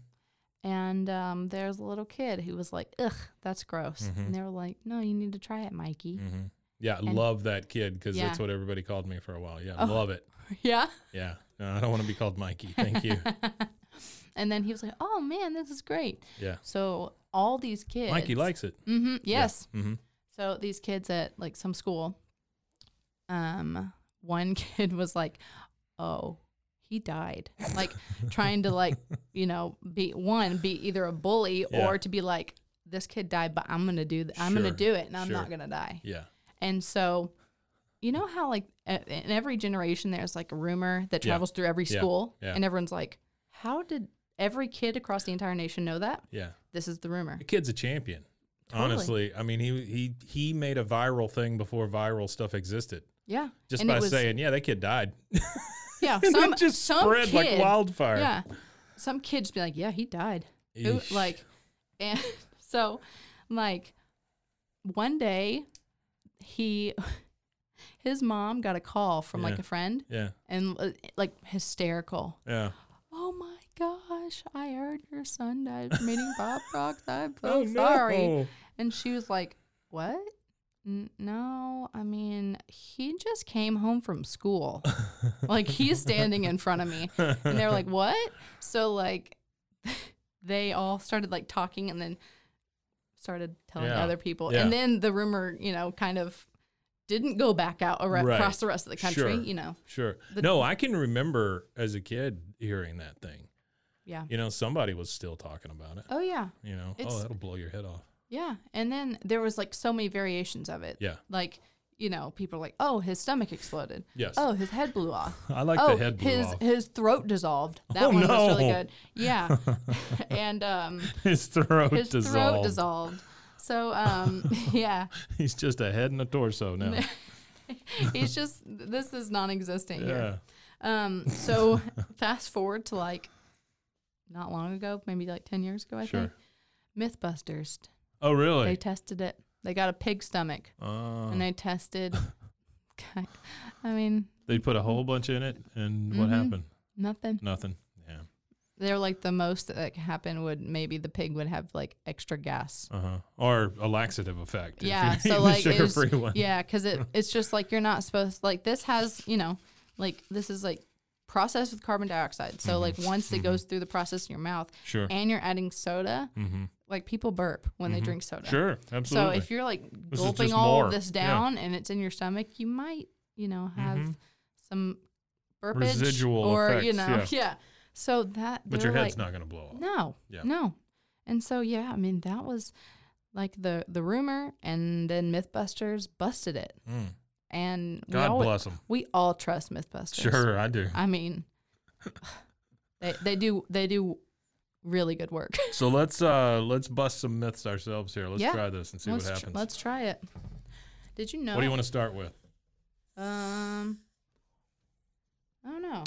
B: And um, there's a little kid who was like, ugh, that's gross. And they were like, no, you need to try it, Mikey.
C: Mm-hmm. Yeah, I love that kid because
B: Yeah. Oh.
C: that's what everybody called me for a while. Yeah, love it.
B: [LAUGHS] yeah.
C: Yeah, no, I don't want to be called Mikey.
B: [LAUGHS]
C: Thank you.
B: And then he was like, oh man, this is great.
C: Yeah,
B: So all these kids.
C: Mikey likes it.
B: hmm Yes.
C: Mm-hmm.
B: So these kids at like some school, um, one [LAUGHS] kid was like, "Oh, he died!" Like trying to like you know be one be either a bully
C: Yeah.
B: or to be like, "This kid died, but I'm gonna do th- I'm gonna
C: Sure,
B: do it, and I'm
C: sure.
B: not gonna die."
C: Yeah,
B: And so, you know how like e- in every generation there's like a rumor that
C: Yeah.
B: travels through every
C: Yeah.
B: school,
C: Yeah.
B: and everyone's like, "How did every kid across the entire nation know that?"
C: yeah.
B: This is the rumor.
C: The kid's a champion.
B: Totally.
C: Honestly, I mean, he he he made a viral thing before viral stuff existed.
B: Yeah,
C: Just
B: And it
C: by
B: was-
C: saying, yeah, that kid died.
B: yeah,
C: [LAUGHS] And
B: some
C: it just
B: some
C: spread like
B: kid-
C: wildfire.
B: Yeah. Some kid just be like, yeah, he died. Who-
C: Eesh.
B: like, [LAUGHS] and so, like, one day, he, [LAUGHS] his mom got a call from like
C: Yeah.
B: a friend
C: Yeah,
B: and uh, like hysterical.
C: yeah.
B: Oh my gosh, I heard your son died from
C: [LAUGHS]
B: eating Bob Rocks. I'm so
C: Oh,
B: sorry.
C: no. [LAUGHS]
B: And she was like, what? N- No, I mean, he just came home from
C: [LAUGHS]
B: school. like, he's standing in front of me. And they were
C: [LAUGHS]
B: like, what? So, like, [LAUGHS] they all started like talking and then started telling
C: Yeah.
B: other people.
C: Yeah.
B: And then the rumor, you know, kind of didn't go back out ar-
C: Right.
B: across the rest of the country,
C: Sure.
B: you know.
C: Sure. no, I can remember as a kid hearing that thing.
B: Yeah.
C: You know, somebody was still talking about it.
B: Oh, yeah.
C: You know, oh,
B: It's-
C: that'll blow your head off.
B: Yeah. And then there was like so many variations of it.
C: Yeah.
B: Like, you know, people are like, oh, his stomach exploded.
C: Yes.
B: Oh, his head blew off.
C: [LAUGHS] I like
B: oh,
C: the head blew
B: his
C: off.
B: his throat dissolved. That
C: Oh,
B: one was really
C: no.
B: good. Yeah. [LAUGHS] and um
C: [LAUGHS] His throat
B: his
C: dissolved.
B: throat dissolved. So um [LAUGHS] yeah.
C: [LAUGHS] He's just a head and a
B: [LAUGHS]
C: torso now.
B: He's just this is non existent
C: yeah.
B: here. Um
C: [LAUGHS]
B: so fast forward to like not long ago, maybe like ten years ago, I think.
C: Sure.
B: Mythbusters.
C: Oh,
B: They
C: really?
B: tested it. They got a pig stomach.
C: Oh.
B: and they tested.
C: [LAUGHS]
B: I mean,
C: They put a whole bunch in it, and what
B: Mhm.
C: happened?
B: nothing.
C: Nothing. Yeah.
B: They're like the most that could happen would maybe the pig would have like extra
C: [LAUGHS]
B: gas.
C: Uh huh. Or a laxative effect.
B: yeah,
C: If [LAUGHS] you
B: so
C: eat
B: like
C: the
B: it's,
C: sugar-free one.
B: yeah, because it it's just like you're not supposed like this has you know like this is like processed with carbon dioxide. So like once
C: Mm-hmm.
B: it goes through the process in your mouth,
C: Sure. [LAUGHS]
B: and you're adding soda,
C: mm-hmm.
B: like people burp when they drink soda.
C: Sure.
B: So
C: Absolutely.
B: if you're like
C: is
B: gulping
C: just
B: all
C: more.
B: of this
C: Yeah. Mm-hmm.
B: down and it's in your stomach, you might, you know, have some burpage
C: Residual
B: or you
C: effects,
B: know, [LAUGHS]
C: yeah.
B: yeah. So that
C: but
B: they
C: your
B: were
C: head's
B: like,
C: not going to blow off.
B: No.
C: Yeah.
B: No. And so yeah, I mean that was like the the rumor and then Mythbusters busted it.
C: Mm.
B: And we
C: God
B: all,
C: bless 'em.
B: We all trust Mythbusters.
C: Sure, I do.
B: I mean [SIGHS] they they do they do really good work. [LAUGHS]
C: So let's uh let's bust some myths ourselves here. Let's
B: Yeah.
C: try this and see
B: let's
C: what
B: tr-
C: happens.
B: let's uh, try it. Did you know
C: What do you want to start with?
B: Um, I don't know.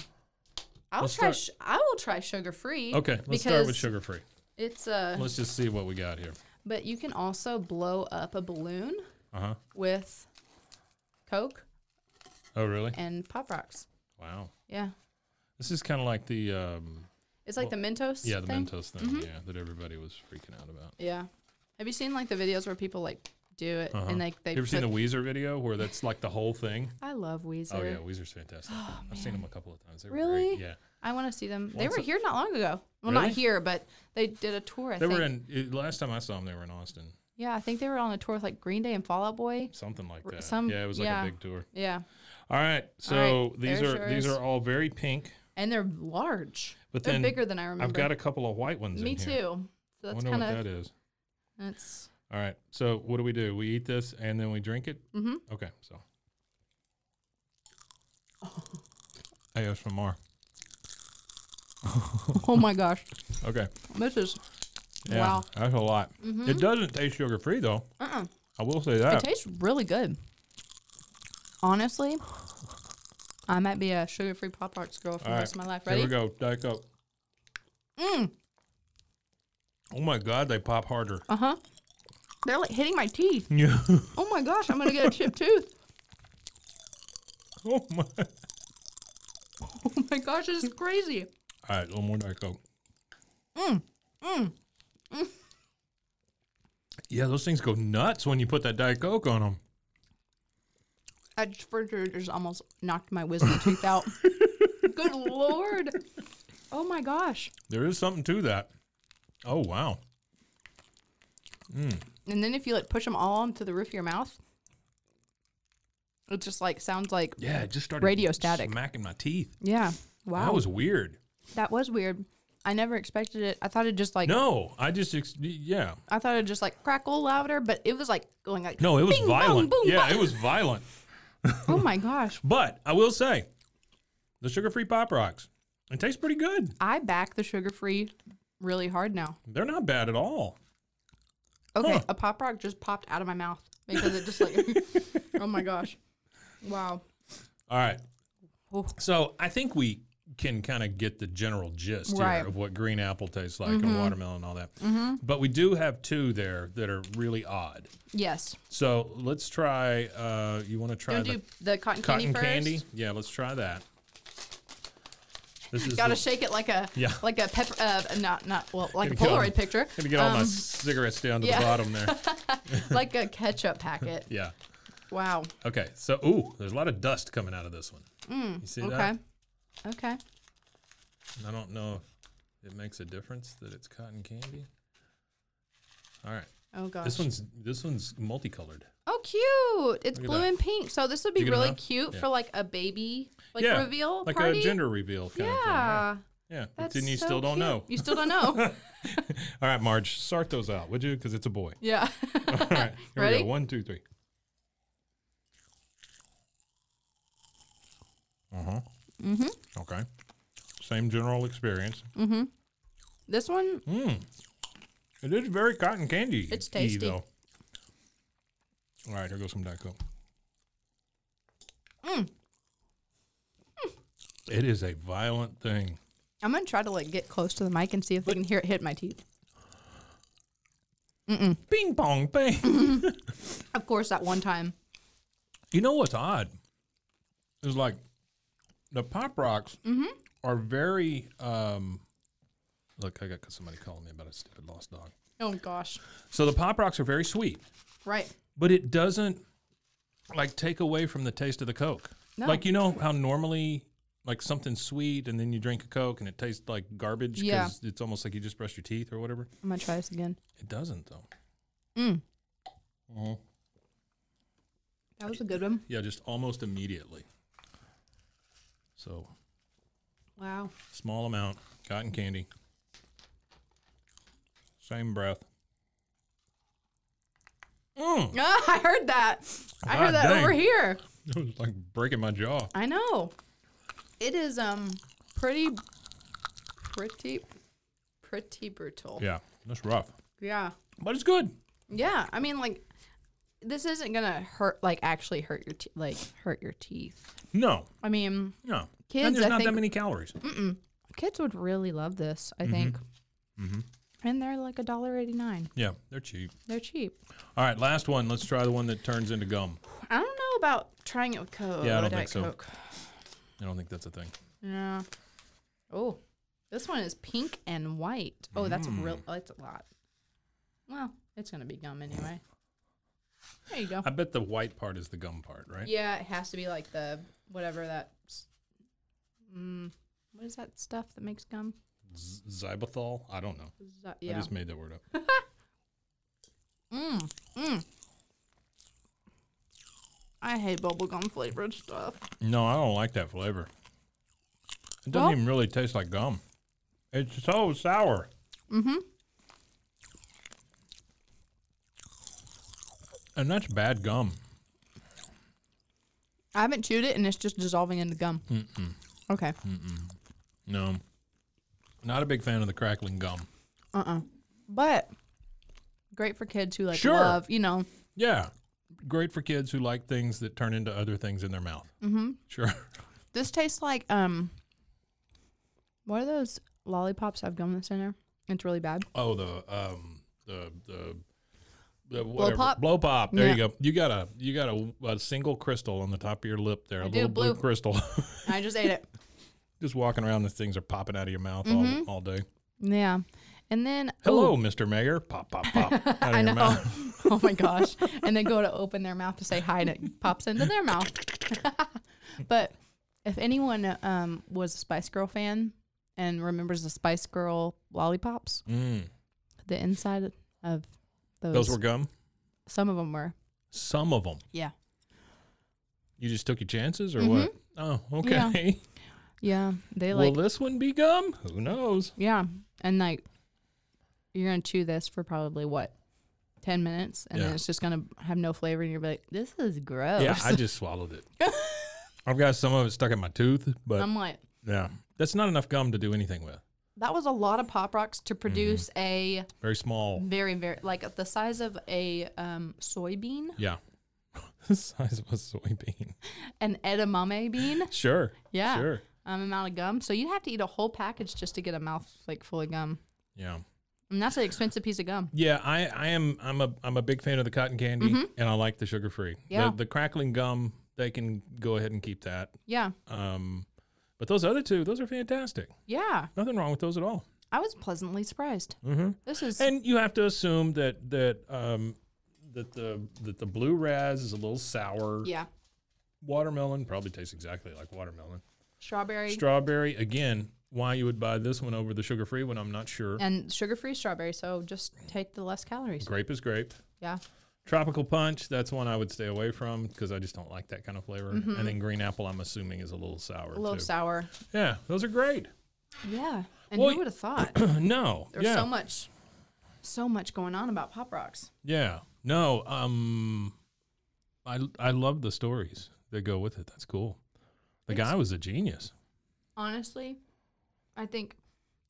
B: I'll
C: Let's
B: try.
C: start-
B: Sh- I will try sugar free.
C: Okay, let's start with
B: because
C: sugar free.
B: It's a.
C: Let's just see what we got here.
B: But you can also blow up a balloon
C: Uh huh.
B: with Coke
C: Oh really?
B: and Pop Rocks.
C: Wow.
B: Yeah,
C: This is kind of like the um
B: it's like the Mentos.
C: yeah the
B: thing. Mm-hmm.
C: Mentos thing yeah that everybody was freaking out about.
B: Yeah. Have you seen like the videos where people like do it
C: Uh-huh.
B: and like they?
C: you ever seen the
B: put-
C: Weezer video where that's like the whole thing?
B: I love Weezer.
C: Oh yeah, Weezer's fantastic. I've seen them a couple of times. They were
B: Oh, Really?
C: Great. Yeah.
B: I want to see them. they
C: Once
B: were
C: a-
B: here not long ago. Well, not
C: Really?
B: here, but they did a tour. I
C: they
B: think.
C: were in it- last time I saw them. They were in Austin,
B: Yeah, I think they were on a tour with like Green Day and Fall Out Boy.
C: something like
B: R-
C: that.
B: some-
C: yeah, it was like
B: yeah.
C: a big tour.
B: Yeah.
C: All right, so these
B: there's
C: are these
B: yours.
C: are all very pink,
B: and they're large.
C: but
B: they're
C: then
B: bigger than I remember.
C: I've got a couple of white ones.
B: Me
C: in
B: too.
C: Here.
B: So
C: I
B: that's
C: wonder what
B: kind of
C: that is.
B: that's [LAUGHS]
C: All right, so what do we do? We eat this and then we drink it.
B: hmm
C: Okay, so ASMR.
B: Oh my gosh,
C: Okay,
B: this is
C: yeah,
B: wow. Mm-hmm.
C: that's a lot. It doesn't taste sugar free though.
B: Uh uh
C: I will say
B: It
C: that.
B: tastes really good. Honestly, I might be a sugar-free Pop Tarts girl for
C: All
B: the
C: right,
B: rest of my life. Mm.
C: Here
B: Ready?
C: we go. Back up. Oh my God, they pop harder.
B: Uh huh. They're like hitting my teeth.
C: Yeah.
B: Oh my gosh, I'm gonna get a
C: [LAUGHS]
B: chipped tooth.
C: [LAUGHS] oh my. All
B: Oh my gosh, this is crazy.
C: right, a little more Diet Coke.
B: Mm,
C: Yeah, those things go nuts when you put that Diet Coke on them.
B: That sprinter just almost knocked my wisdom tooth
C: [LAUGHS]
B: out. Good lord. Oh my gosh.
C: There is something to that. Oh wow.
B: And then if you like push them all onto the roof of your mouth, it just like sounds like
C: Yeah, it just started
B: Radio static.
C: smacking my teeth.
B: yeah. Wow,
C: That was weird.
B: weird. I never expected it. I thought it just like
C: No, I just ex- yeah.
B: I thought it just like crackle louder, but it was like going like
C: No, it was
B: bing, bong,
C: violent.
B: boom,
C: yeah,
B: bong.
C: it was violent.
B: [LAUGHS] Oh my gosh,
C: But I will say, the sugar-free pop rocks. It tastes pretty good.
B: I back the sugar free really hard now.
C: They're not bad at all.
B: Okay,
C: Huh.
B: a pop rock just popped out of my mouth because it just like [LAUGHS] oh my gosh, wow.
C: All right.
B: Ooh.
C: So I think we can kind of get the general gist
B: Right. Mm-hmm.
C: here of what green apple tastes like and watermelon and all that. But we do have two there that are really odd.
B: Yes,
C: So let's try. Uh, you want to try
B: gonna
C: the
B: do the cotton, candy
C: cotton
B: first.
C: candy? Yeah, let's try that. This is
B: Gotta
C: the-
B: shake it like a
C: Yeah.
B: like a pepper uh, not not well like a
C: Gotta
B: Polaroid
C: go.
B: picture.
C: Let me get all my
B: Um,
C: [LAUGHS] cigarettes down to
B: yeah.
C: the bottom
B: [LAUGHS]
C: there.
B: like a ketchup
C: [LAUGHS]
B: packet.
C: Yeah.
B: Wow.
C: Okay. So, ooh, there's a lot of dust coming out of this one. you see
B: Mm, Okay.
C: that?
B: Okay.
C: And I don't know if it makes a difference that it's cotton candy. All right.
B: Oh gosh.
C: This one's this one's multicolored.
B: Oh, cute! It's
C: Look at
B: blue
C: that.
B: and pink. So this would be
C: you get
B: really
C: enough?
B: cute
C: Yeah.
B: for like a baby like reveal
C: like
B: party.
C: a gender reveal kind
B: Yeah.
C: of thing. Yeah. Yeah.
B: That's
C: and you
B: so
C: still don't
B: cute.
C: know.
B: You
C: [LAUGHS]
B: still don't know.
C: All right, Marge, sort those out, would you? Because it's a boy.
B: yeah. [LAUGHS]
C: All right. Here we
B: Ready?
C: go. One, two, three. Uh huh.
B: Mm-hmm.
C: Okay. Same general experience.
B: Mm-hmm. This one,
C: Mm. It is very cotton candy.
B: It's tasty.
C: All right, here goes some Diet Coke.
B: Mm.
C: It is a violent thing.
B: I'm gonna try to like get close to the mic and see if I can hear it hit my teeth. Mm-mm.
C: Bing [LAUGHS] bong bang.
B: Of course, that one time.
C: You know what's odd? Is like the pop rocks
B: Mm-hmm.
C: are very. um Look, I got somebody calling me about a stupid lost dog.
B: Oh gosh.
C: So the pop rocks are very sweet,
B: Right.
C: but it doesn't like take away from the taste of the Coke.
B: No.
C: Like you know how normally like something sweet and then you drink a Coke and it tastes like garbage because
B: Yeah.
C: it's almost like you just brushed your teeth or whatever.
B: I'm gonna try this again.
C: It doesn't though.
B: Mm.
C: Mhm.
B: That was a good one.
C: Yeah, just almost immediately. So
B: Wow.
C: Small amount. Cotton candy. Same breath. [LAUGHS] Mm.
B: Ah, [LAUGHS] I heard that. I
C: God
B: heard that
C: dang.
B: over here.
C: It was like breaking my jaw.
B: I know. It is um pretty, pretty, pretty brutal.
C: Yeah, that's rough.
B: Yeah.
C: But it's good.
B: Yeah, I mean, like, this isn't gonna hurt, like, actually hurt your, te- like, hurt your teeth.
C: No,
B: I mean,
C: no. and
B: Kids,
C: there's
B: I
C: not that
B: think- Mm.
C: many calories.
B: kids would really love this.
C: Mm-hmm.
B: I think. And they're like a dollar eighty nine.
C: Yeah, they're cheap.
B: They're cheap.
C: All right, last one. Let's try the one that turns into gum.
B: I don't know about trying it with Coke.
C: Yeah, I don't
B: Diet
C: think so.
B: Coke.
C: I don't think that's a thing.
B: Yeah. Oh, this one is pink and white. Oh, that's real. Oh, that's a lot. Well, it's gonna be gum anyway. There you go.
C: I bet the white part is the gum part, right?
B: Yeah, it has to be like the whatever that. s- Mm, what is that stuff that makes gum?
C: Z- Xylitol? I don't know.
B: Is that-
C: I
B: yeah.
C: just made that word up.
B: Mm, mm. I hate bubblegum flavored stuff.
C: no, I don't like that flavor. It doesn't
B: Well-
C: even really taste like gum. It's so sour.
B: Mm-hmm.
C: And that's bad gum.
B: I haven't chewed it, and it's just dissolving into gum. Okay.
C: No. Not a big fan of the crackling gum.
B: Uh-uh. But great for kids who like
C: Sure.
B: love, you know.
C: Yeah. Great for kids who like things that turn into other things in their mouth. Mm-hmm. Sure. [LAUGHS]
B: This tastes like um. What are those lollipops have gum that's in there? It's really bad.
C: Oh, the um the the the whatever.
B: pop?
C: Blow pop. There
B: Yeah.
C: you go. You got a you got a, a single crystal on the top of your lip there. a
B: do,
C: little blue,
B: blue.
C: crystal. [LAUGHS]
B: I just ate it.
C: Just walking around, these things are popping out of your mouth all, all day.
B: Yeah, and then
C: Hello,
B: Mm-hmm. ooh,
C: Mr. Mayor. Pop
B: [LAUGHS]
C: pop pop. Out of
B: I
C: your
B: know.
C: mouth.
B: oh my gosh! And they go to open their mouth to say hi, and it pops into their mouth. [LAUGHS] but if anyone uh, um was a Spice Girl fan and remembers the Spice Girl lollipops,
C: Mm.
B: the inside of those,
C: Those were gum.
B: some of them were
C: Some of them.
B: yeah
C: You just took your chances, or what? Oh, okay.
B: yeah Mm-hmm. they
C: [LAUGHS] Will
B: like
C: this one be gum? Who knows?
B: Yeah. And like you're gonna chew this for probably what? Ten minutes and
C: Yeah.
B: then it's just gonna have no flavor and you're like, This is gross.
C: Yeah, I just
B: [LAUGHS]
C: swallowed it. I've got some of it stuck in my tooth, but
B: I'm like,
C: yeah, that's not enough gum to do anything with.
B: that was a lot of pop rocks to
C: Mm-hmm.
B: produce a
C: Very small.
B: very, very like the size of a um, soybean,
C: Yeah. [LAUGHS] the size of
B: [LAUGHS]
C: a soybean.
B: an edamame
C: [LAUGHS]
B: bean,
C: Sure.
B: Yeah.
C: Sure.
B: um, amount of gum. So you'd have to eat a whole package just to get a mouth like full of gum.
C: Yeah.
B: And that's an expensive piece of gum.
C: Yeah, I, I am I'm a I'm a big fan of the cotton candy and I like the sugar free.
B: Mm-hmm. Yeah.
C: The, the crackling gum, they can go ahead and keep that.
B: Yeah.
C: Um but those other two, those are fantastic.
B: Yeah.
C: Nothing wrong with those at all.
B: I was pleasantly surprised. This is
C: Mm-hmm. And you have to assume that that um that the that the blue raz is a little sour.
B: yeah.
C: Watermelon probably tastes exactly like watermelon.
B: Strawberry
C: Strawberry again, why you would buy this one over the sugar free one, I'm not sure.
B: and sugar-free strawberry, so just take the less calories.
C: Grape is grape.
B: Yeah.
C: Tropical punch, that's one I would stay away from because I just don't like that kind of flavor. And then green apple, I'm assuming, is a little sour.
B: Mm-hmm. A little
C: too.
B: sour.
C: Yeah, those are great.
B: Yeah. And
C: Well,
B: who would have [CLEARS THROAT] thought?
C: no.
B: There's
C: yeah.
B: so much, so much going on about Pop Rocks.
C: Yeah. No. Um. I I love the stories that go with it. That's cool. The guy was a genius.
B: Honestly, I think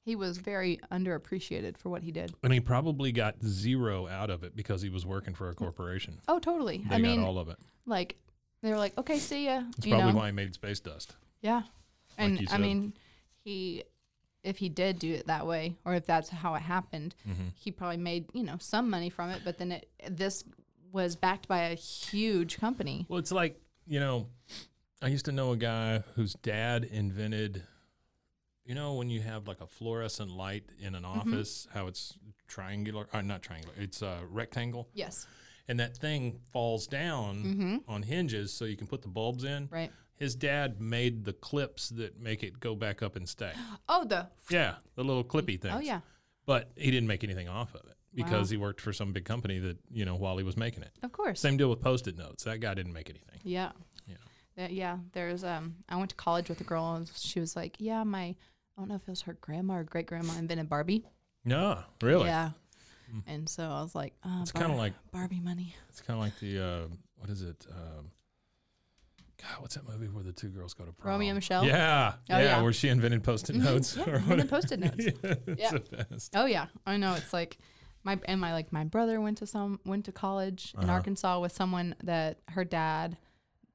B: he was very underappreciated for what he did.
C: And he probably got zero out of it because he was working for a corporation.
B: Oh, totally.
C: They
B: I
C: got
B: mean,
C: all of it.
B: like they were like, okay, see ya.
C: That's
B: you
C: probably
B: know?
C: why he made space dust.
B: Yeah. And
C: you
B: I
C: said.
B: mean, he, if he did do it that way, or if that's how it happened,
C: Mm-hmm.
B: he probably made, you know, some money from it. But then it, this was backed by a huge company.
C: Well, it's like, you know, I used to know a guy whose dad invented, you know, when you have like a fluorescent light in an
B: Mm-hmm.
C: office, how it's triangular, or not triangular, it's a rectangle,
B: Yes.
C: and that thing falls down on hinges so you can put the bulbs in.
B: Mm-hmm. Right.
C: His dad made the clips that make it go back up
B: [GASPS]
C: and stay.
B: Oh, the,
C: yeah, the little clippy things.
B: oh, yeah.
C: But he didn't make anything off of it because
B: Wow.
C: he worked for some big company that, you know, while he was making it.
B: Of course.
C: Same deal with post it notes. That guy didn't make anything.
B: Yeah.
C: Yeah.
B: That- yeah. There's um I went to college with a girl and she was like, Yeah, my I don't know if it was her grandma or great grandma invented Barbie.
C: No, really. Hmm.
B: Yeah. And so I was like, oh,
C: It's kinda like-
B: Barbie money.
C: It's kind of like the uh, what is it? Um, God, what's that movie where the two girls go to prom?
B: Romeo and Michelle?
C: Yeah,
B: Oh,
C: yeah,
B: yeah. Mm-hmm.
C: where she invented post-it notes.
B: Yeah,
C: or
B: and the
C: whatever.
B: post-it
C: [LAUGHS]
B: notes.
C: It's
B: Yeah.
C: the best.
B: Oh yeah. I know it's like my and my like my brother went to some went to college
C: Uh-huh.
B: in Arkansas with someone that her dad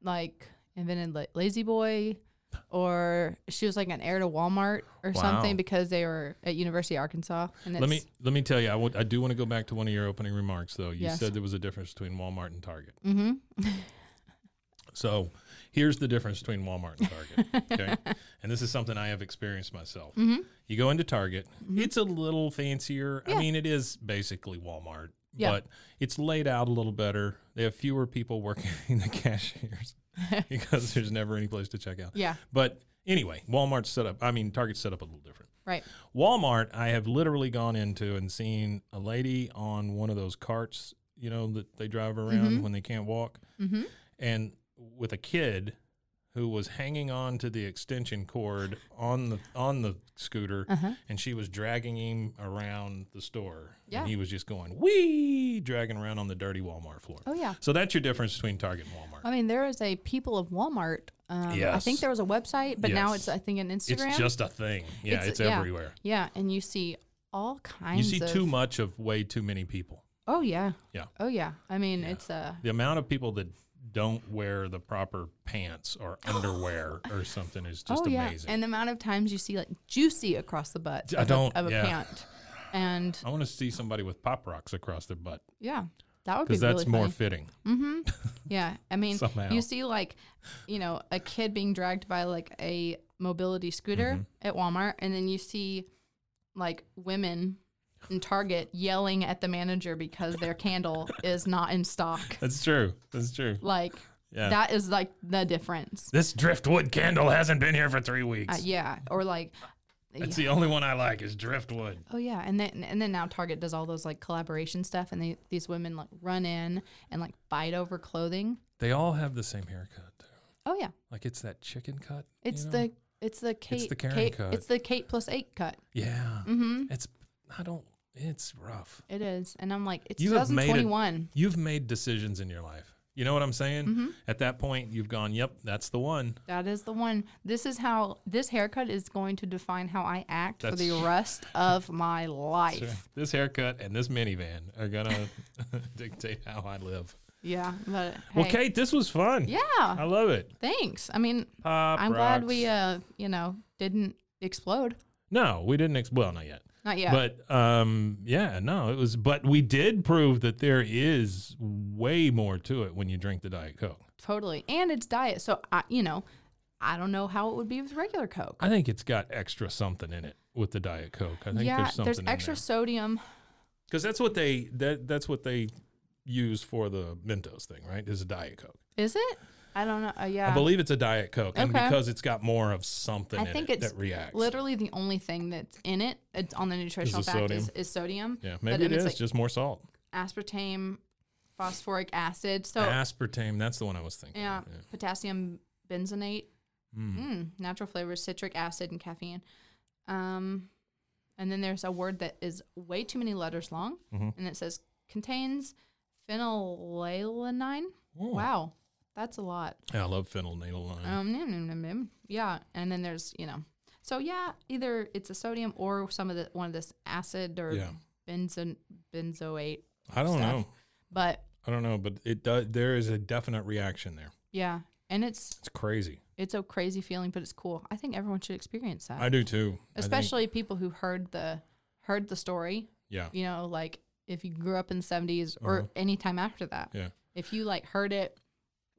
B: like invented like lazy boy or she was like an heir to Walmart or
C: Wow.
B: something because they were at University of Arkansas and it's
C: Let me let me tell you, I want- I do want to go back to one of your opening remarks though. You
B: Yes.
C: said there was a difference between Walmart and Target. Mm-hmm. so here's the difference between Walmart and Target. Okay, [LAUGHS] and this is something I have experienced myself.
B: Mm-hmm.
C: You go into Target, it's a little fancier. I
B: Yeah.
C: mean, it is basically Walmart,
B: Yeah.
C: but it's laid out a little better. They have fewer people working [LAUGHS] in the cashiers
B: [LAUGHS]
C: because there's never any place to check out.
B: Yeah.
C: But anyway, Walmart's set up. I mean, Target's set up a little different.
B: right.
C: Walmart, I have literally gone into and seen a lady on one of those carts, you know, that they drive around
B: Mm-hmm.
C: when they can't walk, and with a kid who was hanging on to the extension cord on the on the scooter,
B: Uh-huh.
C: and she was dragging him around the store.
B: Yeah.
C: and he was just going wee, dragging around on the dirty Walmart floor.
B: Oh yeah.
C: So that's your difference between Target and Walmart.
B: I mean, there is a People of Walmart. Um, I
C: Yes.
B: think there was a website, but now
C: Yes.
B: it's I think an Instagram.
C: it's just a thing. Yeah, it's,
B: yeah,
C: everywhere.
B: Yeah, and you see all kinds.
C: You see
B: of,
C: too much of way too many people.
B: Oh yeah.
C: Yeah.
B: Oh yeah. I mean, it's a
C: the amount of people that don't wear the proper
B: [GASPS]
C: pants or underwear or something is just
B: oh yeah,
C: amazing.
B: and the amount of times you see like juicy across the butt.
C: I
B: of a-
C: don't-
B: of a
C: yeah.
B: pant, and
C: I want to see somebody with pop rocks across their butt
B: yeah, that would be
C: because that's
B: really
C: more
B: funny. Mm-hmm.
C: fitting.
B: Yeah, I mean,
C: [LAUGHS] Somehow.
B: you see like, you know, a kid being dragged by like a mobility scooter
C: Mm-hmm.
B: at Walmart, and then you see like women in Target yelling at the manager because their candle is not in
C: [LAUGHS]
B: stock.
C: That's true. That's true.
B: Like,
C: Yeah.
B: that is like the difference.
C: This driftwood candle hasn't been here for three weeks.
B: Uh, yeah, or like,
C: That's the only one I like is driftwood.
B: oh yeah, and then and then now Target does all those like collaboration stuff, and they these women like run in and like fight over clothing.
C: They all have the same haircut. Too.
B: Oh yeah,
C: Like it's that chicken cut. you
B: it's
C: know?
B: the it's the Kate
C: the Karen
B: Kate,
C: cut.
B: it's the Kate plus eight cut.
C: yeah. Mm-hmm. It's I don't. It's rough.
B: It is. And I'm like, it's
C: You have made a-
B: 2021.
C: You've made decisions in your life. You know what I'm saying?
B: Mm-hmm.
C: At that point, you've gone, "Yep, that's the one."
B: That is the one. This is how this haircut is going to define how I act for the
C: That's-
B: rest of my life.
C: Sure. This haircut and this minivan are gonna [LAUGHS] dictate how I live.
B: Yeah. But hey,
C: Well, Kate, this was fun.
B: Yeah.
C: I love it.
B: Thanks. I mean,
C: Pop
B: I'm glad
C: rocks.
B: we, uh, you know, didn't explode.
C: no, we didn't. Ex- well, not yet.
B: Not yet.
C: But um, yeah, no, it was. But we did prove that there is way more to it when you drink the diet coke.
B: totally. And it's diet. So, I, you know, I don't know how it would be with regular Coke.
C: I think it's got extra something in it with the diet coke. I think
B: yeah.
C: there's
B: There's,
C: something in
B: extra sodium.
C: because that's what they that that's what they use for the Mentos thing, right? Is a diet coke.
B: Is it? I don't know. Uh, yeah.
C: I believe it's a diet coke, and
B: Okay.
C: because it's got more of something
B: I
C: in
B: think
C: it
B: it's
C: that reacts.
B: literally the only thing that's in it it's on the nutritional
C: the
B: fact Is,
C: sodium.
B: is sodium.
C: Yeah,
B: But,
C: maybe
B: I mean,
C: it is
B: it's
C: just Ah, more salt.
B: like aspartame, phosphoric acid. So
C: Aspartame, that's the one I was thinking.
B: yeah,
C: of,
B: potassium benzenate, mm. natural flavors, citric acid, and caffeine. Um, and then there's a word that is way too many letters long,
C: Mhm.
B: and it says contains phenylalanine.
C: Oh.
B: Wow, that's a lot.
C: Yeah, I love phenylalanine.
B: Um, nom, nom, nom, nom. yeah, and then there's you know, so yeah, either it's a sodium or some of the one of this acid or
C: Yeah.
B: benzo benzoate.
C: I don't
B: stuff.
C: know.
B: But
C: I don't know, but it does. There is a definite reaction there.
B: yeah, and it's
C: It's crazy.
B: it's a crazy feeling, but it's cool. I think everyone should experience that,
C: I do too. I think-
B: especially people who heard the heard the story.
C: yeah,
B: You know, like if you grew up in the seventies or any time after that.
C: Uh-huh. yeah.
B: If you like heard it,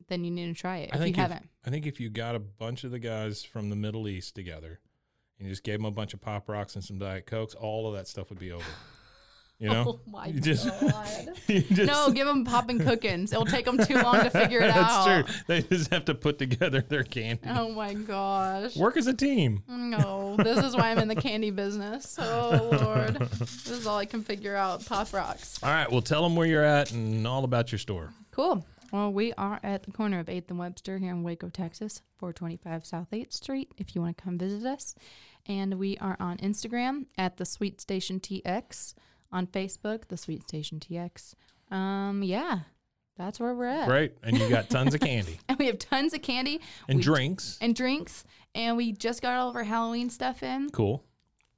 B: then you need to try it. if
C: I
B: you
C: think
B: haven't,
C: I think if you got a bunch of the guys from the Middle East together and you just gave them a bunch of pop rocks and some diet cokes, all of that stuff would be over.
B: [LAUGHS]
C: You know,
B: Oh my
C: you just,
B: God.
C: [LAUGHS] you just-
B: [LAUGHS] no, give them popping cookins. It'll take them too long to figure it
C: [LAUGHS] that's
B: out.
C: true. They just have to put together their candy.
B: Oh my gosh.
C: Work as a team.
B: Mm-hmm. No, this is why I'm in the candy business. Oh Lord, this is all I can figure out. Pop rocks.
C: All right, well, tell them where you're at and all about
B: [LAUGHS]
C: your store.
B: Cool. Well, we are at the corner of 8th and Webster here in Waco, Texas, 425 South 8th Street, if you want to come visit us. And we are on Instagram at The Sweet Station TX, on Facebook, The Sweet Station TX. Um, yeah, that's where we're at.
C: Great, and you got tons
B: [LAUGHS]
C: of candy
B: And we have tons of candy
C: and
B: We-
C: drinks.
B: and drinks, and we just got all of our Halloween stuff in.
C: Cool.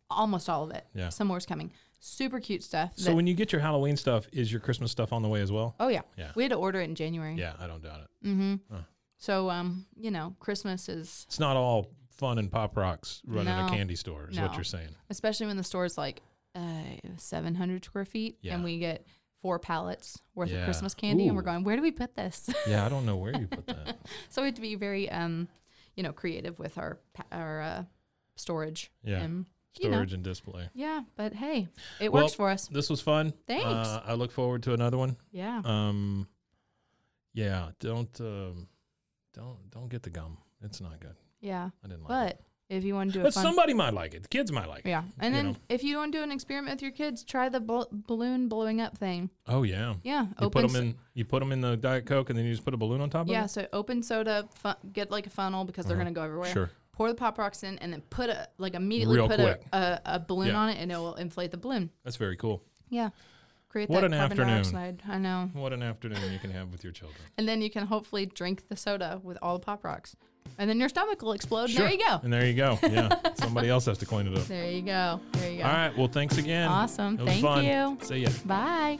B: Almost all of it.
C: Yeah.
B: Some more's coming. Super cute stuff.
C: So
B: that-
C: when you get your Halloween stuff, is your Christmas stuff on the way as well?
B: oh, yeah.
C: Yeah.
B: We had to order it in January.
C: Yeah, I don't doubt it.
B: Mm-hmm.
C: Huh.
B: So, um, you know, Christmas is
C: It's not all fun and pop rocks running a
B: No.
C: candy store, is what
B: No. [LAUGHS]
C: you're saying.
B: especially when the store's like uh, 700 square feet
C: Yeah.
B: and we get four pallets worth
C: Yeah.
B: of Christmas candy and we're
C: Ooh.
B: going, where do we put this? [LAUGHS]
C: Yeah, I don't know where you put that.
B: so we have to be very, um, you know, creative with our pa- our uh, storage.
C: Yeah.
B: And, [LAUGHS] you know.
C: Storage and display.
B: yeah, but hey, it
C: Well-
B: works for us.
C: This was fun.
B: Thanks.
C: Uh, I look forward to another one.
B: Yeah.
C: Um, yeah, don't um, don't don't get the gum. It's not good.
B: yeah.
C: I didn't like it.
B: But if you want to do a
C: But
B: fun.
C: somebody might like it. The kids might like it.
B: yeah. And
C: you
B: then
C: know.
B: if you want to do an experiment with your kids, try the bl- balloon blowing up thing.
C: Oh yeah.
B: Yeah.
C: You put 'em put
B: so-
C: them in. You put 'em in the diet coke, and then you just put a balloon on top of
B: Yeah.
C: it.
B: So open soda, fun, get like a funnel because they're going to go everywhere.
C: Uh-huh. Sure.
B: pour the pop rocks in and then put a like immediately
C: Real
B: put
C: quick.
B: a, a, a balloon
C: Yeah.
B: on it and it will inflate the balloon.
C: That's very cool.
B: Yeah. Create
C: What
B: that
C: an
B: carbon
C: afternoon.
B: dioxide. I know.
C: What an afternoon you can have with your children.
B: And then you can hopefully drink the soda with all the pop rocks. And then your stomach will explode. There you go.
C: And there you go. Yeah.
B: [LAUGHS]
C: Somebody else has to clean it up.
B: There you go. There you go.
C: All right. Well, thanks again.
B: Awesome.
C: It was
B: Thank
C: fun.
B: you.
C: See ya.
B: Bye.